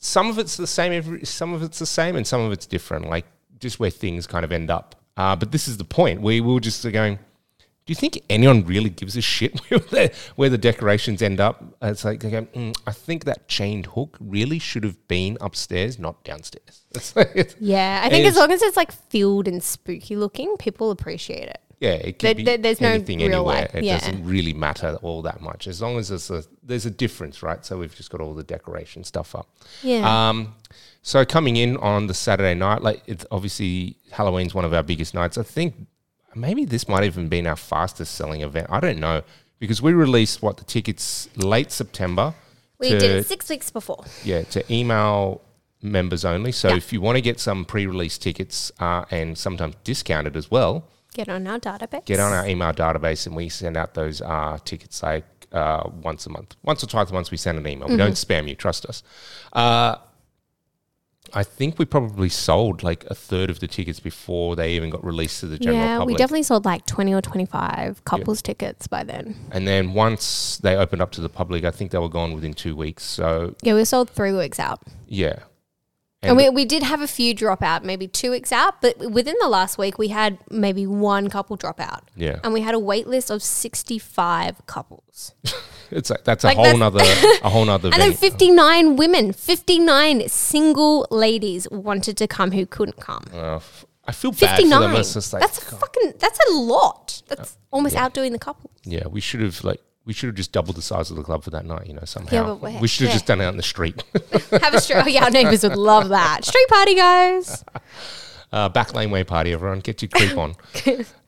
some of it's the same every some of it's the same and some of it's different like just where things kind of end up uh, but this is the point we we were just going do you think anyone really gives a shit *laughs* where the, where the decorations end up And it's like they go, mm, i think that chained hook really should have been upstairs not downstairs *laughs* It's like- it's-
Yeah, I think
It
as
is-
long as it's like filled and spooky looking, people appreciate it.
yeah it
There-
could be
there- there's no
anything
real
anywhere
life,
it
yeah.
doesn't really matter all that much as long as there's a there's a difference right so we've just got all the decoration stuff up
Yeah.
Um, so coming in on the Saturday night, like it's obviously Halloween's one of our biggest nights. I think maybe this might even been our fastest selling event. I don't know because we released what the tickets late September.
we
to-
did it six weeks before.
yeah, to email members only. So if you want to get some pre-release tickets uh, and sometimes discounted as well,
Get on our database.
get on our email database and we send out those uh, tickets like uh, once a month, once or twice a month. We send an email.
Mm-hmm.
We don't spam you. Trust us. Uh, I think we probably sold like a third of the tickets before they even got released to the general
Yeah, we
public.
definitely sold like 20 or 25 couples tickets by then.
and then once they opened up to the public, I think they were gone within two weeks. So
Yeah, we sold three weeks out.
yeah,
And we, we did have a few drop out, maybe two weeks out, but within the last week, we had maybe one couple drop out.
yeah,
And we had a wait list of 65 couples.
it's like that's a
Like
whole
that's-
nother a
*laughs*
whole nother.
And then
venue.
59 women, 59 single ladies wanted to come who couldn't come.
Uh, f- I feel bad for
59.
them. It's just like,
that's a fucking, that's a lot. That's almost outdoing the
*laughs*
couple.
Yeah, we should have like we should have just doubled the size of the club for that night, you know, somehow.
but we're-
we should have
yeah.
just done it out in the street.
Have a street, oh yeah, our neighbors would love that. Street party,
*laughs*
guys.
uh, back laneway party, everyone. Get your
*laughs*
creep on.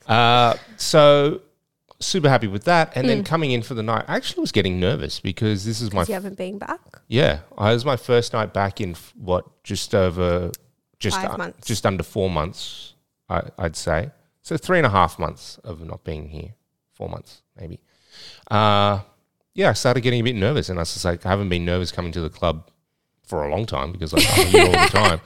uh, so super happy with that. And
Mm.
then coming in for the night, I actually was getting nervous because this is my
You haven't been back.
yeah, I it was my first night back in f- what just over just
Five
un-
months.
just under four months, I, I'd say. So three and a half months of not being here, four months maybe. Uh, yeah, I started getting a bit nervous, and I was just like, I haven't been nervous coming to the club for a long time because like, I'm here all
*laughs*
the time.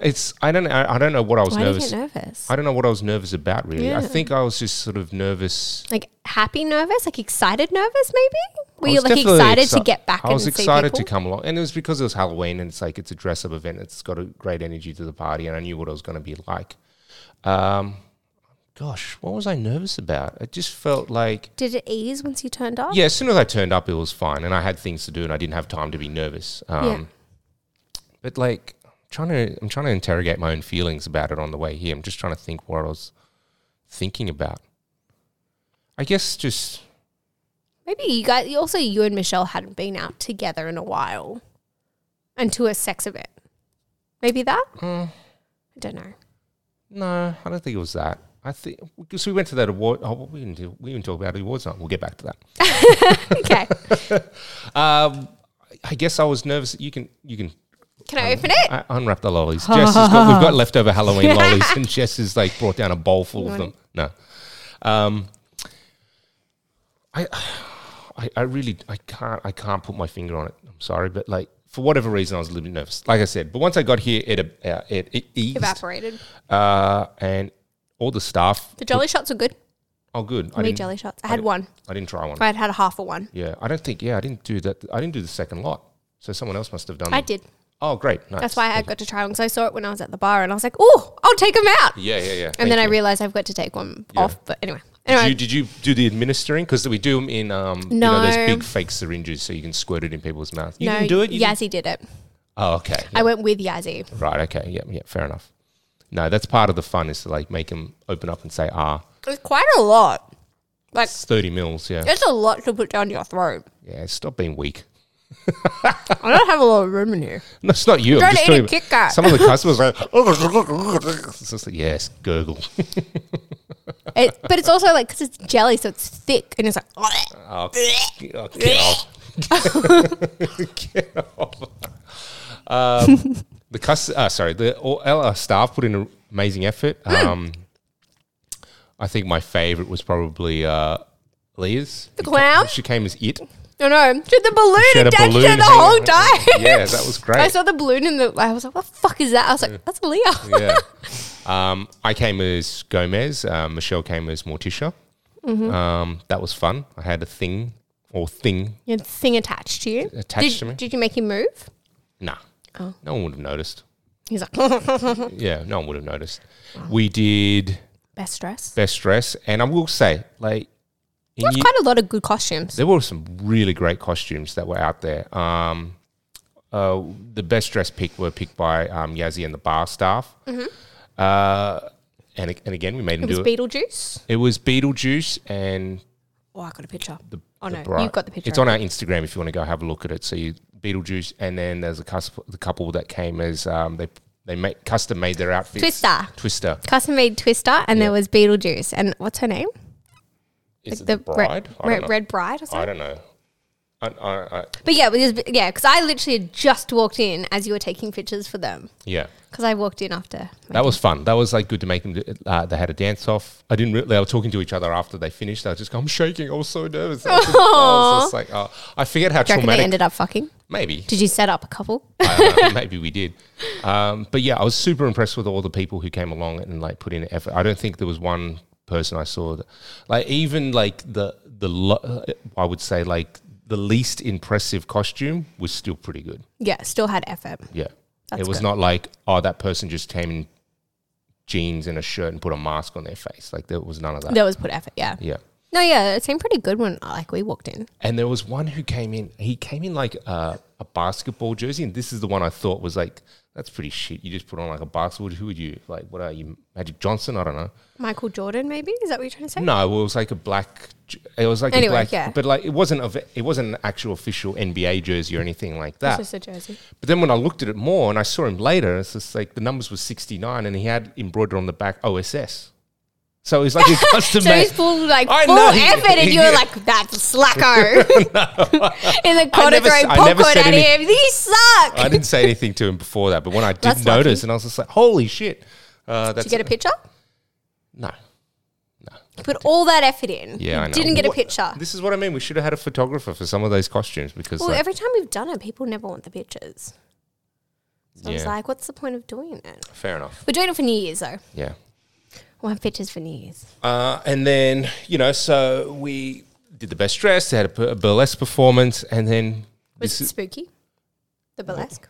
It's I don't know- I, I don't know what I was
Why
nervous.
do you get nervous?
I don't know what I was nervous about really.
Yeah.
I think I was just sort of nervous.
Like happy nervous, like excited nervous, maybe? Were
I
you
was
like
definitely
excited to
exci-
get back
I was
and
excited
see
to
people?
come along, and it was because it was Halloween, and it's like it's a dress-up event. It's got a great energy to the party, and I knew what it was going to be like. Um, gosh, what was I nervous about? It just felt like
Did it ease once you turned up?
yeah. As soon as I turned up, it was fine, and I had things to do, and I didn't have time to be nervous. Um,
Yeah.
But like trying to, I'm trying to interrogate my own feelings about it on the way here. I'm just trying to think what I was thinking about. I guess just
Maybe you guys, also you and Michelle hadn't been out together in a while and to a sex event. Maybe that?
Hmm.
I don't know. *laughs*
No, I don't think it was that. I think because we went to that award. Oh, we didn't. Do, we didn't talk about the awards night. We'll get back to that.
Okay.
Um, I guess I was nervous. You can. You can.
Can I open it?
I unwrap the lollies. Jess has got,
*laughs*
we've got leftover Halloween lollies, and Jess has like brought down a bowl full of them. No, um, I, I, I really, I can't, I can't put my finger on it. I'm sorry, but like for whatever reason, I was a little bit nervous. Like I said, but once I got here, it uh, it, it eased,
Evaporated.
uh, and all the staff.
The jelly shots were good.
Oh, good. I
Three
didn't,
jelly shots. I had one.
I didn't try one.
I had had a half of one.
Yeah, I don't think. Yeah, I didn't do that. I didn't do the second lot. So someone else must have done.
I
them.
did.
Oh, great. Nice.
That's why I got to try one because I saw it when I was at the bar and I was like, oh, I'll take them out.
Yeah, yeah, yeah.
And
Thank
then I
you.
realized I've got to take one off. But anyway.
Did
Anyway,
you, did you do the administering? Because we do them in um, you know, those
No.
big fake syringes, so you can squirt it in people's mouth. You
no,
didn't do it. You didn't-
Yazzie did it.
Oh, okay.
I went with Yazzie.
Right. Okay. Yeah. Yeah. Fair enough. No, that's part of the fun is to like make them open up and say, "Ah,
It's quite a lot.
it's thirty mils." Yeah.
It's a lot to put down your throat.
Yeah. Stop being weak. *laughs*
I don't have a lot of room in here.
No, it's not you.
Don't
I'm just
eat
talking
a
about-
Kit Kat.
Some of the customers are like, It's just like, yes, gurgle.
*laughs* It, but it's also like because it's jelly, so it's thick and it's *laughs* like.
Oh, *laughs* get oh, get off. get off. Um, the cus- uh, sorry, the all, all our staff put in an amazing effort. Um, I think my favorite was probably uh, Leah's. The
clown?
She came as it.
No, no, dude, the balloon
She had a
attached
balloon
to the
hanging-
whole time.
Yeah, that was great.
I saw the balloon and the, I was like, "What the fuck is that?" I was like, "That's Leo." *laughs*
yeah. Um, I came as Gomez. Um, Michelle came as Morticia. Um, that was fun. I had a thing or thing
You had the thing attached to you.
Attached
did,
to me?
Did you make him move?
Nah. No one would have noticed.
He's like, *laughs*
Yeah, no one would have noticed. We did
"Best dress."
best dress, and I will say, like, in
There's
ye-
quite a lot of good costumes.
there were some really great costumes that were out there. Um, uh, the best dress pick were picked by um, Yazzie and the bar staff. Uh, and, a- and again, we made them
Mm-hmm. It was
do it.
Beetlejuice.
It was Beetlejuice and
Oh, I got a picture. oh
the
no,
bri-
you've got the picture.
It's on our Instagram if you want to go have a look at it. So you Beetlejuice, and then there's a cus- the couple that came as um, they they make custom made their outfits.
Twister.
Twister.
Custom made Twister, and there was Beetlejuice, and what's her name?
Is it
The
the,
re-
bride?
re-
I don't know.
red bride or something.
I don't know. I, I, I,
But yeah, because, yeah, because I literally had just walked in as you were taking pictures for them.
yeah.
Because I walked in after.
That was fun. That was like good to make them. do- Uh, they had a dance off. I didn't. Re- they were talking to each other after they finished. I was just going, I'm shaking. I was so nervous. I was just, I was just like, oh, I forget how
Do you reckon they
traumatic.
ended up fucking?
Maybe.
Did you set up a couple?
I don't know, *laughs* maybe we did. Um, but yeah, I was super impressed with all the people who came along and like put in effort. I don't think there was one person I saw that, like even like the the lo- uh, I would say like the least impressive costume was still pretty good.
Yeah, still had effort.
Yeah,
That's
it was
good.
not like oh that person just came in jeans and a shirt and put a mask on their face. Like there was none of that.
There was put effort, yeah.
Yeah.
No, yeah, it seemed pretty good when like we walked in.
And there was one who came in. He came in like a, a basketball jersey, and this is the one I thought was like, that's pretty shit. You just put on like a basketball. Who would you like? What are you, Magic Johnson? I don't know.
Michael Jordan, maybe? Is that what you're trying to say?
No, it was like a black. j- It was like
Anyway,
a black,
yeah.
but like it wasn't a, it wasn't an actual official NBA jersey or anything like that.
It's just a jersey.
But then when I looked at it more and I saw him later, it's just like the numbers were 69 and he had embroidered on the back OSS. So it's like a
*laughs*
custom
So
made.
he's full like
I
full
know, he-
effort, and
he
you were
did.
like, "That's
*laughs*
slacko." *laughs* in the corner
never
throwing
s- I never
popcorn
said
at
any-
him. These suck.
I didn't say anything to him before that, but when I did
That's
notice, and I was just like, "Holy shit!" Uh,
Did
that's
you get a picture?
no.
You put all that effort in.
Yeah,
You
I know.
Didn't get a
What-
picture.
This is what I mean. We should have had a photographer for some of those costumes because,
Well,
like,
every time we've done it, people never want the pictures. So I was
Yeah.
like, what's the point of doing it?
fair enough.
We're doing it for New Year's, though.
Yeah.
We'll have pictures for New Year's.
Uh, and then you know, so we did the best dress. They had a, bur- a burlesque performance, and then
Was
this
it
is
spooky? The burlesque?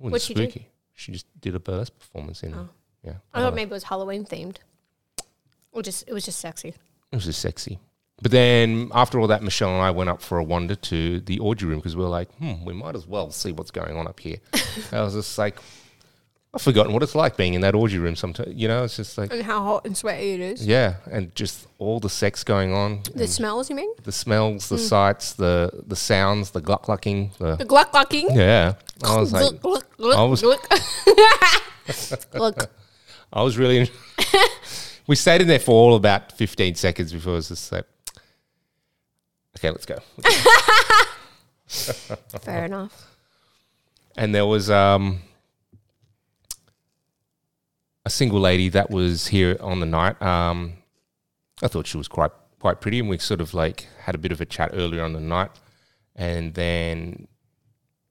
wasn't
what'd she do? Oh.
spooky. She just did a burlesque performance in. Yeah,
I thought maybe it was Halloween themed. Or just, it was just sexy.
It was just sexy. But then after all that, Michelle and I went up for a wander to the orgy room because we were like, hmm, we might as well see what's going on up *laughs* here. I was just like, I've forgotten what it's like being in that orgy room sometimes. You know, it's just like,
And how hot and sweaty it is. Mm.
yeah, and just all the sex going on,
The smells, you mean?
the smells, the sights, the the sounds, the gluck glucking, the
The gluck glucking.
yeah. I was like,
Gluck, gluck, gluck,
I
*laughs*
was-
gluck. Look,
I was really. *laughs* we stayed in there for all about fifteen seconds before it was just like, okay, let's go.
fair enough.
and there was um, a single lady that was here on the night. Um, I thought she was quite quite pretty, and we sort of like had a bit of a chat earlier on the night, and then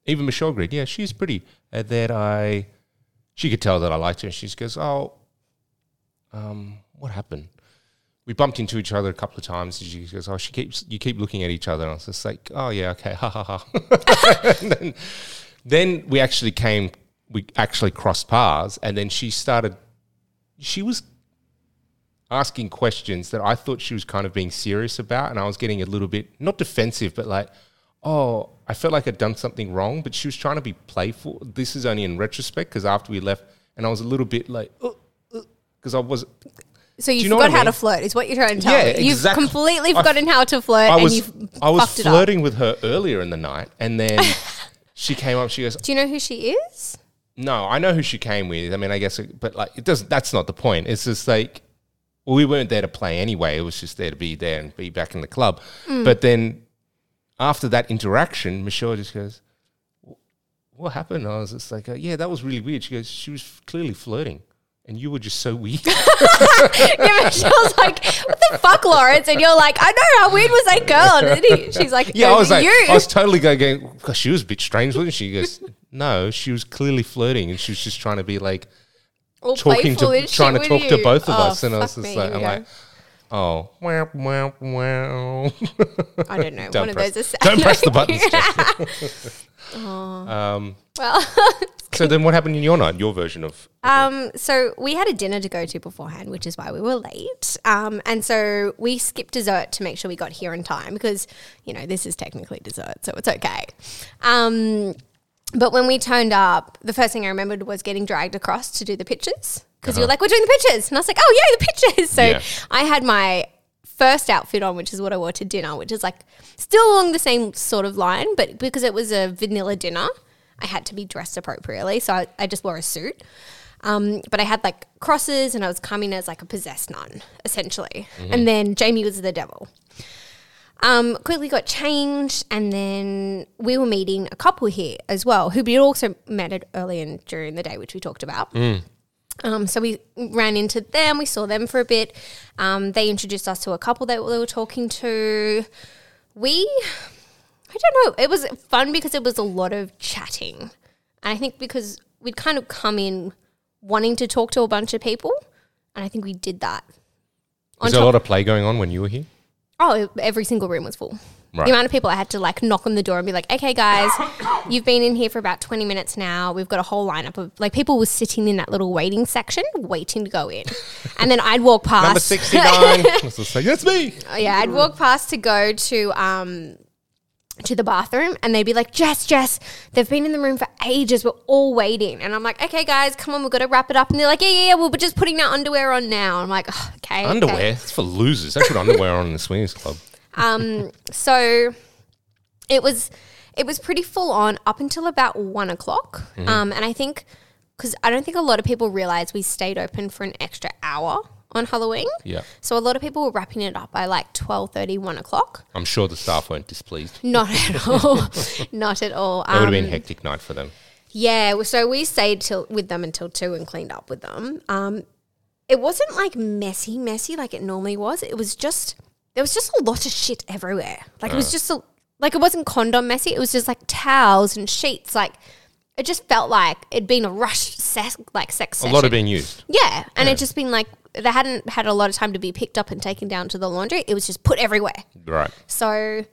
even Michelle agreed, yeah, she's pretty. And then I, she could tell that I liked her, and she just goes, oh, um, what happened? We bumped into each other a couple of times, and she goes, "Oh, she keeps you keep looking at each other." And I was just like, "Oh yeah, okay, *laughs* ha ha ha." then we actually came we actually crossed paths and then she started she was asking questions that i thought she was kind of being serious about and i was getting a little bit not defensive but like oh i felt like i'd done something wrong but she was trying to be playful this "Uh, is only in retrospect because after we left and i was a little bit like because i was
So you
you know
forgot
what I
how to
mean?
flirt is what you're trying to tell
Yeah,
me. You've
exactly.
completely
I f-
forgotten how to flirt
I
and
was
you've
I was
fucked it up.
flirting with her earlier in the night,
*laughs*
and then she came up. She goes,
Do you know who she is? *laughs*
"No, I know who she came with. I mean, I guess, it, but like, it doesn't. That's not the point. It's just like well, we weren't there to play anyway. It was just there to be there and be back in the club. But then after that interaction, Michelle just goes." "Wh- What happened? I was just like, uh, yeah, that was really weird. She goes, she was clearly flirting, and you were just so weird. *laughs*
yeah, Michelle's like, what the fuck, Lawrence? And you're like, I know how weird was that girl? And then he, she's like,
Yeah,
*laughs*
I was like,
you.
I was totally going, going, gosh, she was a bit strange, wasn't she? He goes, no, she was clearly flirting and she was just trying to be like,
all
talking
playful
to,
and
trying to
shit
talk
with
to
you.
both of
Oh,
us. And I was
fuck
just
me,
like,
here
I'm
we
like, oh, wow, wow, wow. *laughs*
go. I don't know.
Don't
one of
press-
those is
don't press
*laughs*
the buttons, *laughs* um,
well, *laughs*
so then what happened in your night, your version of,
um, so we had a dinner to go to beforehand, which is why we were late. Um, and so we skipped dessert to make sure we got here in time because, you know, this is technically dessert, so it's okay. Um, but when we turned up, the first thing I remembered was getting dragged across to do the pictures because you were like, we're doing the pictures. And I was like, oh, yeah, the pictures. So
Yeah.
I had my first outfit on, which is what I wore to dinner, which is like still along the same sort of line, but because it was a vanilla dinner, I had to be dressed appropriately. So I, I just wore a suit. Um, but I had like crosses and I was coming as like a possessed nun, essentially. And then Jamie was the devil. Um, quickly got changed, and then we were meeting a couple here as well, who we also met at early in during the day, which we talked about. Um, so we ran into them. We saw them for a bit. Um, they introduced us to a couple that we were talking to. We, I don't know. It was fun because it was a lot of chatting, and I think because we'd kind of come in wanting to talk to a bunch of people, and I think we did that. On
was there a lot of play going on when you were here?
Oh, every single room was full.
Right.
The amount of people I had to like knock on the door and be like, okay,
*coughs*
guys, you've been in here for about 20 minutes now. We've got a whole lineup of like people were sitting in that little waiting section waiting to go
*laughs*
in. And then I'd walk past. *laughs*
Number 69. I was just like, that's me.
Oh, yeah, I'd walk past to go to um to the bathroom and they'd be like, Jess, Jess, they've been in the room for ages. We're all waiting. And I'm like, okay, guys, come on, we've got to wrap it up. And they're like, yeah, yeah, yeah, well, we're just putting our underwear on now. I'm like, "Oh, okay. okay."
Underwear? It's for losers. I put underwear on in the swingers club.
Um, so it was it was pretty full on up until about one o'clock um, and i think because i don't think a lot of people realize we stayed open for an extra hour on halloween
Yeah.
so a lot of people were wrapping it up by like 12.30 1 o'clock
I'm sure the staff weren't displeased.
not at all not at all
It would
um,
have been a hectic night for them.
yeah well, so we stayed till with them until 2 and cleaned up with them um, it wasn't like messy messy like it normally was it was just there was just a lot of shit everywhere like it was just a, like it wasn't condom messy it was just like towels and sheets like it just felt like it'd been a rushed sex like sex
A
session.
lot of being used.
yeah and it just been like they hadn't had a lot of time to be picked up and taken down to the laundry it was just put everywhere
Right.
so it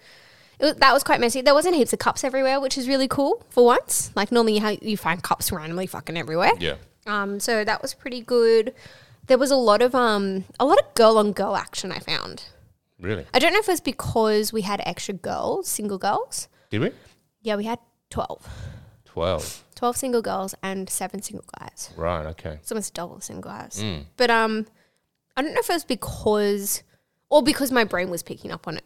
was, that was quite messy. There wasn't heaps of cups everywhere, which is really cool for once. Like normally how you find cups randomly fucking everywhere.
Yeah.
Um, so that was pretty good. There was a lot of um, a lot of girl on girl action. I found.
Really?
I don't know if it was because we had extra girls, single girls.
Did we?
Yeah, we had 12.
12.
12 single girls and seven single guys.
Right. Okay.
It's almost double single guys. But um, I don't know if it was because or because my brain was picking up on it.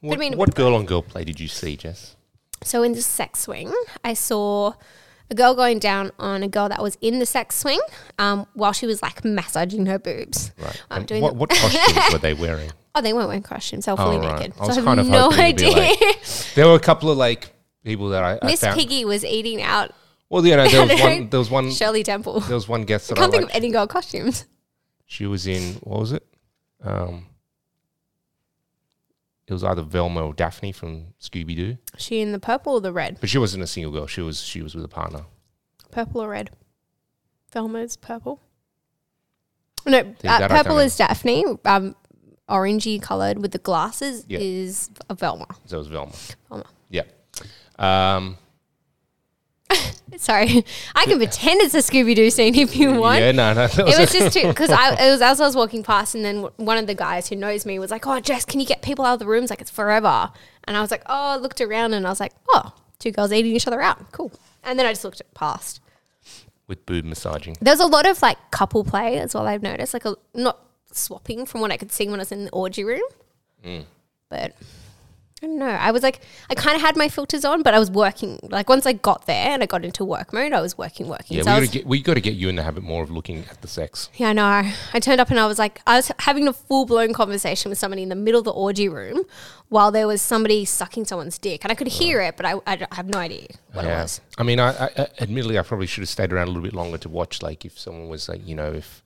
What,
mean-
what girl on girl play did you see, Jess?
So in the sex swing, I saw a girl going down on a girl that was in the sex swing um, while she was like massaging her boobs.
Right.
I'm
And
doing
what, what
*laughs*
costumes were they wearing?
Oh, they weren't wearing costumes. They were fully
Oh, right.
naked.
I
So I,
was
have
kind of
no
hoping
idea.
you'd be
*laughs*
There were a couple of like people that I, I
Miss
found. Hmm.
Piggy was eating out
Well, you know,
*laughs*
there
I
was
don't
one.
know.
There was one.
Shirley Temple.
There was one guest that I
Can't think of
liked.
any girl costumes.
She was in what was it? Um, it was either Velma or Daphne from Scooby Doo,
She in the purple or the red?
but she wasn't a single girl. She was she was with a partner.
Purple or red? Velma's purple. No,
that
uh,
I don't
purple
know.
is Daphne. Um, orangey coloured with the glasses
Yeah.
is Velma.
So it was Velma.
Velma.
Yeah. Um,
Sorry, *laughs* I can pretend it's a Scooby Doo scene if you
*laughs*
want.
yeah, no, no. That was
It was just too because I it was as I was walking past, and then w- one of the guys who knows me was like, "Oh, Jess, can you get people out of the rooms? Like it's forever." And I was like, "Oh," I looked around, and I was like, "Oh, two girls eating each other out, cool." And then I just looked past.
with boob massaging.
There's a lot of like couple play as well. I've noticed, like a not swapping from what I could see when I was in the orgy room,
Mm.
but I don't know. I was like, I kind of had my filters on, but I was working. Like once I got there and I got into work mode, I was working, working.
Yeah,
so I
we
was,
gotta get we gotta get you in the habit more of looking at the sex.
yeah, I know. I turned up and I was like, I was having a full blown conversation with somebody in the middle of the orgy room while there was somebody sucking someone's dick, and I could hear it, but I, I don't- I have no idea what it
Yeah.
was.
I mean, I, I I- admittedly I probably should have stayed around a little bit longer to watch. Like if someone was like, you know, if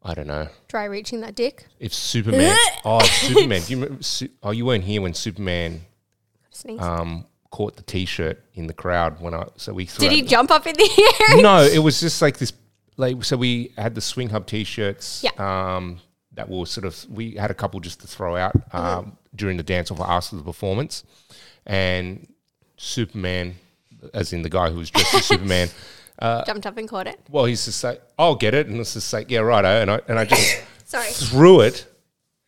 I don't know,
Dry reaching that dick.
if Superman.
*laughs*
oh, Superman. Do you remember, Su- oh, you weren't here when Superman
Sneeze.
um, caught the T-shirt in the crowd when I. So we threw
Did he
out-
jump up in the
*laughs*
air?
no, it was just like this. Like so, we had the Swing Hub T-shirts.
Yeah.
Um, that were sort of we had a couple just to throw out um,
Mm-hmm.
during the dance off after the performance, and Superman, as in the guy who was
*laughs*
dressed as Superman.
Jumped up and caught it.
Well, he's just like, "I'll get it," and it's just like, "Yeah, righto," and I and I just
*coughs* Sorry.
threw it,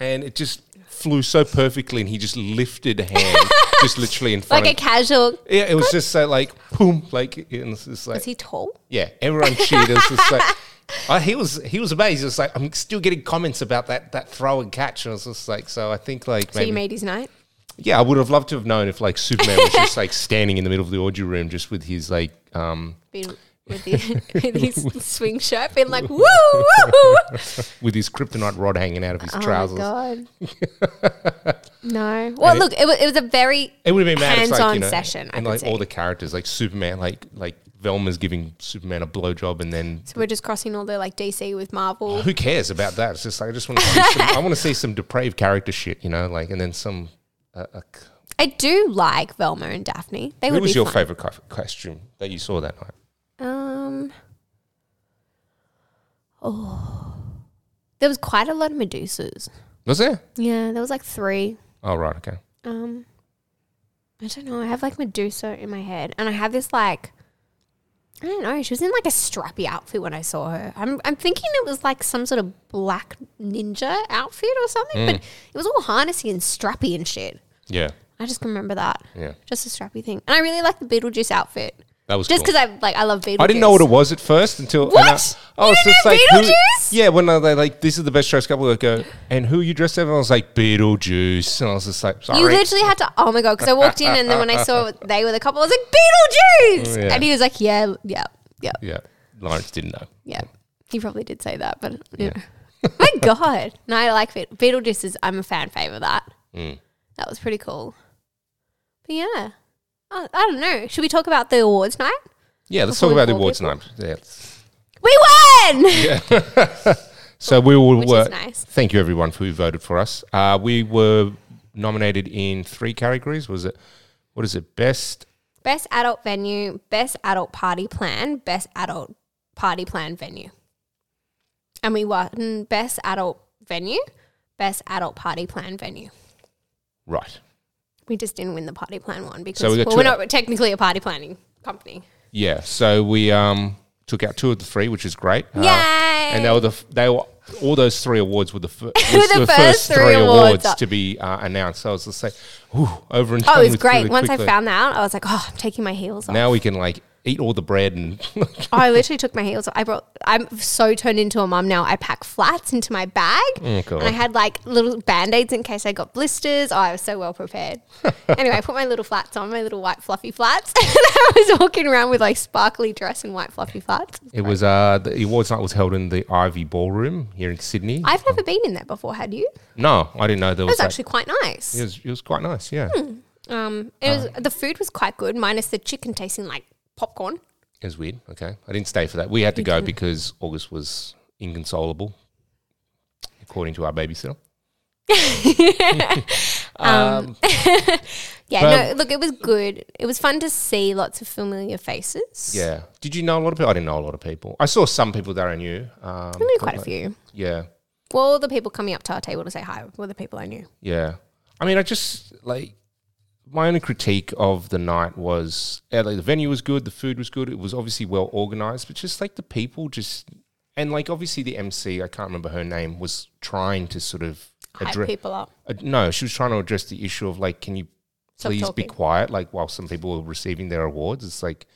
and it just flew so perfectly, and he just lifted
*laughs*
a hand, just literally in front.
Like a
of,
casual.
yeah, it was just so like, boom, like, and it's just like,
Is he tall?
yeah, everyone cheered. It was just like, *laughs* I, he was he was amazed. He was like, I'm still getting comments about that that throw and catch, and I was just like, so I think like
So
maybe,
you made his night.
yeah, I would have loved to have known if like Superman was
*laughs*
just like standing in the middle of the orgy room, just with his like, um,
Been with, the, *laughs* with his swing shirt, been like, woo, woo.
with his kryptonite rod hanging out of his
Oh my
trousers.
God. no. Well, look, it was, it was a very.
It would have been mad if, like,
Hands-on
you know,
session, I
and
could
like
see.
all the characters, like Superman, like like Velma's giving Superman a blowjob, and then
So we're just crossing all the like DC with Marvel.
who cares about that? It's just like I just want to, see some, I want to see some depraved character shit, you know, like and then some. Uh, uh, c-
I do like Velma and Daphne. They
who
would
was
be
your
fun.
favorite co- costume that you saw that night?
Um. Oh. There was quite a lot of Medusas.
Was there?
Yeah, there was like three.
Oh right, okay.
Um, I don't know. I have like Medusa in my head, and I have this like, I don't know. She was in like a strappy outfit when I saw her. I'm I'm thinking it was like some sort of black ninja outfit or something,
Hmm.
but it was all harnessy and strappy and shit.
Yeah,
I just can remember that.
yeah,
Just a strappy thing, and I really like the Beetlejuice outfit.
that was
Just
cool.
because I like I love Beetlejuice.
I didn't know what it was at first until and
What?
I, I
You
was
didn't
just
know
like, who-
Beetlejuice?
yeah. When they like, this is the best dressed couple. I go, and who are you dressed as? And I was like, Beetlejuice, and I was just like, sorry,
You literally had to. Oh my god! Because I walked in, and then when I
*laughs*
saw they were the couple, I was like Beetlejuice,
Oh, Yeah.
and he was like, Yeah, yeah, yeah.
yeah. Lawrence didn't know.
Yeah. He probably did say that, but yeah. *laughs* My God. No, I like Beet- Beetlejuice. Is, I'm a fan fave of that.
Mm.
That was pretty cool. But yeah. I, I don't know. Should we talk about the awards night?
Yeah, let's
Before
talk
we
about the
call
awards
people.
night. Yeah. it's-
We won!
So we will.
Which is
uh,
nice.
Thank you, everyone, for who voted for us. Uh, we were nominated in three categories. Was it? What is it? Best.
Best adult venue, best adult party plan, best adult party plan venue. And we won best adult venue, best adult party plan venue.
Right.
We just didn't win the party plan one because
we got
well,
two
we're
out-
not technically a party planning company.
Yeah. So we um, took out two of the three, which is great. Uh,
Yay!
And they were the f- they were all those three awards were
*laughs*
the, fir-
were
was
the
the
first
first
three
three
awards
awards
up.
to be uh, announced. So I was just like, whew, over and
Oh,
done
it was
with
great.
really
Once I
quickly.
found that out, I was like, oh, I'm taking my heels off.
Now we can like eat all the bread and *laughs*
Oh, I literally took my heels off. I brought, I'm so turned into a mum now. I pack flats into my bag.
God.
and I had like little band aids in case I got blisters. Oh, I was so well
*laughs*
prepared. anyway, I put my little flats on, my little white fluffy flats. *laughs* and I was walking around with like sparkly dress and white fluffy flats.
it was uh, the awards night was held in the Ivy Ballroom here in Sydney.
I've never been in there before, had you? It
no, I didn't know there was,
was
that.
actually quite nice.
It was, it was quite nice, yeah. Uh-huh.
Um, it was, the food was quite good, minus the chicken tasting like popcorn.
It was weird. Okay. I didn't stay for that. We had to go because August was inconsolable, according to our babysitter. Um,
Yeah,
Well-
no, look, it was good. It was fun to see lots of familiar faces.
Yeah. Did you know a lot of people? I didn't know a lot of people. I saw some people that I knew. Um,
I knew
but
quite a
like-
few.
Yeah.
Well, the people coming up to our table to say hi were the people I knew.
Yeah. I mean, I just like my only critique of the night was yeah, like, the venue was good, the food was good, it was obviously well organized, but just like the people just and like obviously the MC, I can't remember her name, was trying to sort of
Hype
address.
people up.
Uh, no, she was trying to address the issue of like, can you
Stop
please be
talking.
quiet? Like, while some people are receiving their awards, it's like,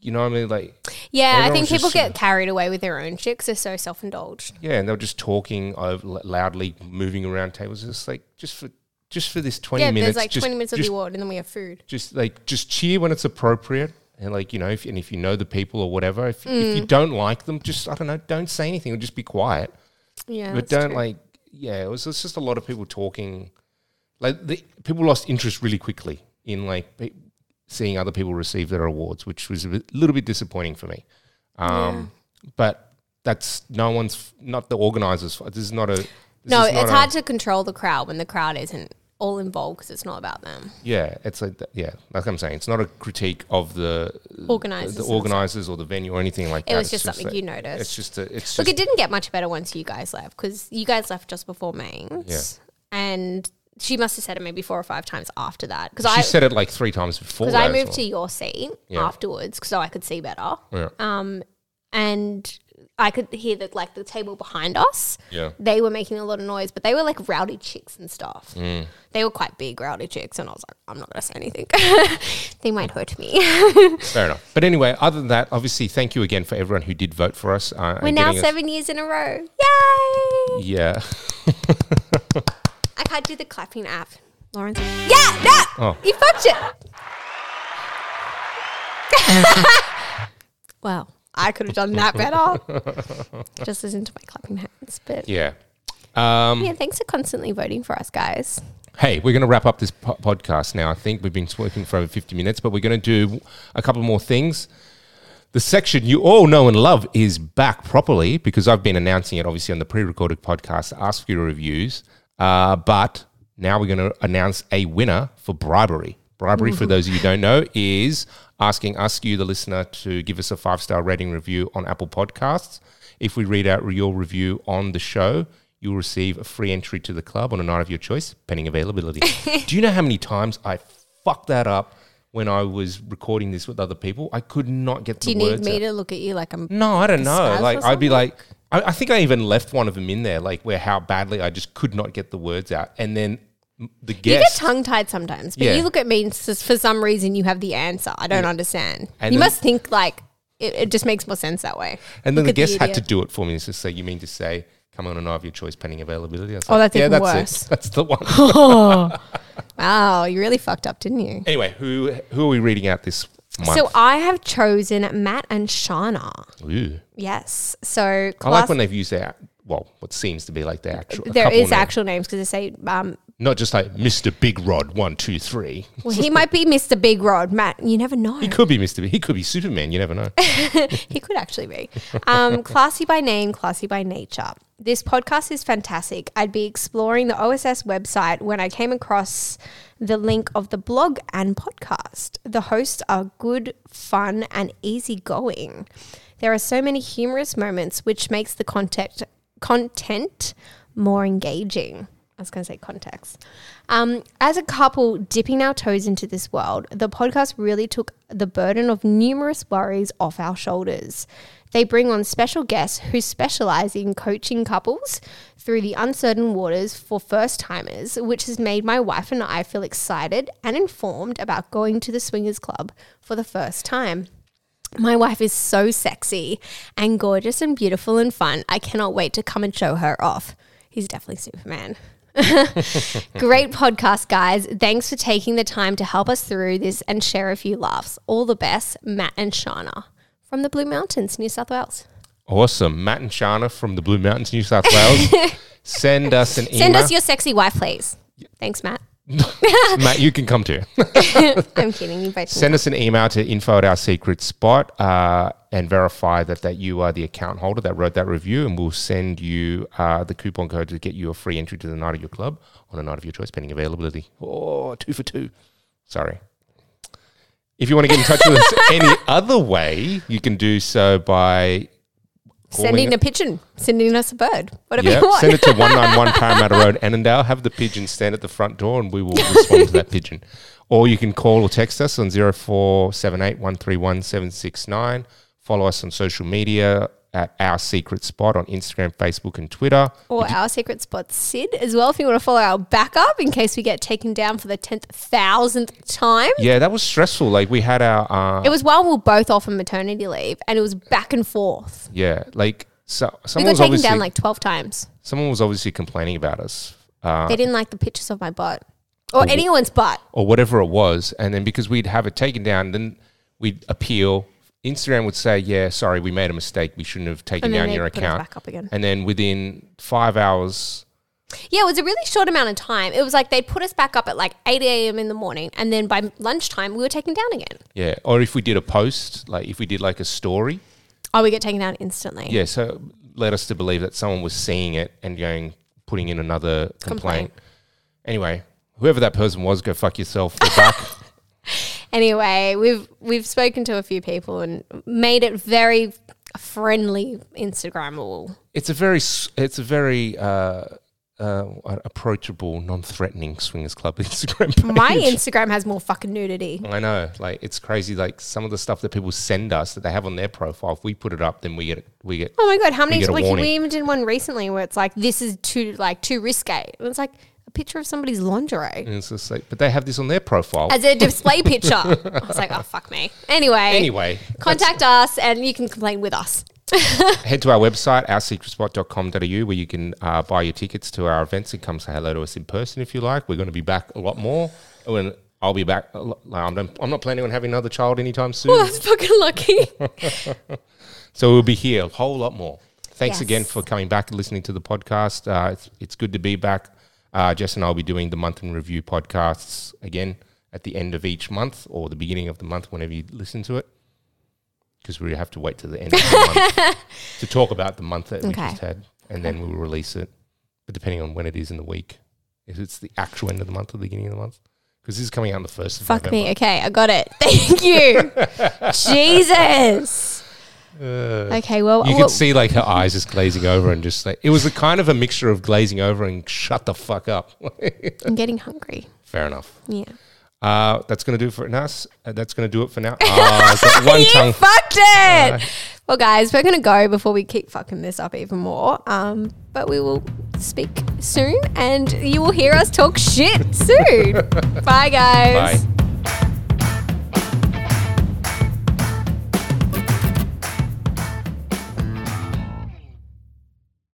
You know what I mean? Like,
Yeah, I
Everyone
think
was just
people get carried away with their own shit because they're so self indulged.
yeah, and they were just talking over, loudly, moving around tables. It's like just for just for this twenty
Yeah,
minutes.
there's like
just,
20 minutes of
just
the award and then we have food.
just like just cheer when it's appropriate and like you know if, and if you know the people or whatever if, if you
Mm.
don't like them just i don't know don't say anything or just be quiet
Yeah.
but
that's
don't
true.
like yeah it was, it's just a lot of people talking like the, people lost interest really quickly in like pe- seeing other people receive their awards which was a bit- little bit disappointing for me um, but that's no one's f- not the organizers fault. this is not a this
No,
is not
it's
a-
hard to control the crowd when the crowd isn't all involved because it's not about them.
yeah it's like th- yeah like i'm saying it's not a critique of the
Organisers.
the
and
organizers or the venue or anything like
It
that.
was
It's
just something
like-
you noticed.
It's just a, it's
Look,
just
it didn't get much better once you guys left because you guys left just before mains.
Yeah.
And she must have said it maybe four or five times after that because
she
I
said it like three times before.
because I
that as
moved
well.
to your seat
Yeah.
afterwards so I could see better.
Yeah.
Um, and I could hear that like the table behind us.
yeah.
They were making a lot of noise, but they were like rowdy chicks and stuff.
Mm.
They were quite big rowdy chicks, and I was like, I'm not gonna say anything. *laughs* they might hurt me.
Fair enough. But anyway, other than that, obviously, thank you again for everyone who did vote for us. Uh,
We're
and
now
getting us-
seven years in a row. Yay!
Yeah.
I can't do the clapping app, Lawrence. Yeah, no,
Oh.
you
*laughs*
fucked it. well, I could have done that
*laughs*
better. Just listen to my clapping hands, but
Yeah. Um,
yeah, thanks for constantly voting for us, guys.
Hey, we're going to wrap up this po- podcast now. I think we've been working for over 50 minutes, but we're going to do a couple more things. The section you all know and love is back properly because I've been announcing it obviously on the pre recorded podcast to ask for your reviews. Uh, but now we're going to announce a winner for bribery. Bribery, for those of you who don't know, is asking us, you, the listener, to give us a five star rating review on Apple Podcasts. If we read out your review on the show, you'll receive a free entry to the club on a night of your choice, pending availability. Do you know how many times I fucked that up when I was recording this with other people? I could not get
Do
the
you need
words
me
out.
to look at you like I'm?
No, I don't know.
Disguise or
Like I'd be
something?
like, I, I think I even left one of them in there, like where how badly I just could not get the words out, and then m- the
You get
guest.
tongue tied sometimes, but
Yeah.
you look at me and s- for some reason you have the answer. I don't understand.
And
you
then-
must think like it, it just makes more sense that way.
and then
Look
the
at the
guest had to
idiot.
do it for me. It's just say, you mean to say, come on and I have your choice pending availability. I was
Oh, that's
yeah,
even
that's
worse.
It. *laughs* That's the
*laughs*
one.
Wow, Oh, you really fucked up, didn't you?
anyway, who who are we reading out this month?
So I have chosen Matt and Shauna.
Ooh.
Yes. So
I like
class,
when they've used their well, what seems to be like their actual. a
there
couple
is
name.
actual names because they say
*laughs*
um,
not just like Mister Big Rod one two three.
well, he might be Mr. Big Rod. Matt, you never know.
He could be Mister. He could be Superman. You never know.
he could actually be.
*laughs*
Um, classy by name, classy by nature. This podcast is fantastic. I'd be exploring the OSS website when I came across the link of the blog and podcast. The hosts are good, fun, and easygoing. There are so many humorous moments, which makes the content content more engaging. I was going to say context. Um, as a couple dipping our toes into this world, the podcast really took the burden of numerous worries off our shoulders. They bring on special guests who specialize in coaching couples through the uncertain waters for first timers, which has made my wife and I feel excited and informed about going to the Swingers Club for the first time. My wife is so sexy and gorgeous and beautiful and fun. I cannot wait to come and show her off. He's definitely Superman. *laughs* Great podcast, guys. Thanks for taking the time to help us through this and share a few laughs. All the best, Matt and Shauna from the Blue Mountains, New South Wales.
Awesome. Matt and Shana from the Blue Mountains, New South *laughs* Wales. Send us an email.
Send us your sexy wife, please. Thanks, Matt.
Matt, you can come *laughs* too.
I'm kidding. You both.
Send us an email to info at our secret spot uh, and verify that, that you are the account holder that wrote that review. And we'll send you uh, the coupon code to get you a free entry to the night of your club on a night of your choice, pending availability. Oh, two for two. Sorry. If you want to get in touch *laughs* with us any other way, you can do so by
Sending
calling-
a pigeon, sending us a bird, whatever
Yeah,
you want.
send it to 191 Parramatta Road, Annandale. Have the pigeon stand at the front door and we will respond
*laughs*
to that pigeon. Or you can call or text us on 0478 131 769. Follow us on social media at Our Secret Spot on Instagram, Facebook, and Twitter.
Or our secret spot, Sid, as well, if you want to follow our backup in case we get taken down for the 10,000th time.
Yeah, that was stressful. Like we had our uh,
It was while we were both off on maternity leave and it was back and forth.
yeah, like so
We
someone
got
was
taken
obviously
down like 12 times.
someone was obviously complaining about us. Uh,
They didn't like the pictures of my butt or anyone's butt.
or whatever it was. And then because we'd have it taken down, then we'd appeal. Instagram would say, "Yeah, sorry, we made a mistake. We shouldn't have taken
And then
down
they
your
put it
account."
back up again.
And then within five hours,
Yeah, it was a really short amount of time. It was like they put us back up at like 8 a.m. in the morning and then by lunchtime we were taken down again.
yeah, or if we did a post, like if we did like a story,
Oh, we get taken down instantly.
yeah, so led us to believe that someone was seeing it and going putting in another complaint.
Complaint.
Anyway, whoever that person was, go fuck yourself. We're back.
anyway, we've we've spoken to a few people and made it very friendly
*laughs*
Instagrammable.
*laughs* it's a very s- it's a very uh, uh, approachable, non-threatening swingers club *laughs* Instagram. Page.
My Instagram has more fucking nudity.
I know, like it's crazy. Like some of the stuff that people send us that they have on their profile, if we put it up, then we get we get.
Oh my god, how many
get a
like,
warning.
we even did one recently where it's like this is too like too risque. And it's like a picture of somebody's lingerie.
And it's just like, but they have this on their profile
As a display
*laughs*
picture. I was like, oh fuck me. Anyway.
anyway.
Contact us and you can complain with us. *laughs*
Head to our website, oursecretspot.com.au, where you can uh, buy your tickets to our events and come say hello to us in person if you like. We're going to be back a lot more. When I'll be back, a lot, like, I'm, not- I'm not planning on having another child anytime
Oh,
soon,
that's fucking lucky.
*laughs* so we'll be here a whole lot more. Thanks
Yes.
again for coming back and listening to the podcast. Uh, it's, it's good to be back. Uh, Jess and I'll be doing the month in review podcasts again at the end of each month or the beginning of the month, whenever you listen to it, because we have to wait till the end of the month
*laughs*
to talk about the month that we
Okay.
just had, and then we'll release it. But depending on when it is in the week, if it's the actual end of the month or the beginning of the month, because this is coming out on the first. Of
Fuck
November.
me. Okay, I got it. *laughs* Thank you.
*laughs*
Jesus. okay, well,
Uh, You
well-
could see like her eyes just glazing over and just like it was a kind of a mixture of glazing over and shut the fuck up. *laughs*
I'm getting hungry.
Fair enough.
Yeah.
Uh, that's gonna do it for us. Uh, that's gonna do
*laughs*
it for now. Ah, I've got one
you
tongue.
fucked it. well, guys, we're gonna go before we keep fucking this up even more. Um, but we will
*laughs*
speak soon, and you will hear us talk shit soon. Bye, guys.
Bye.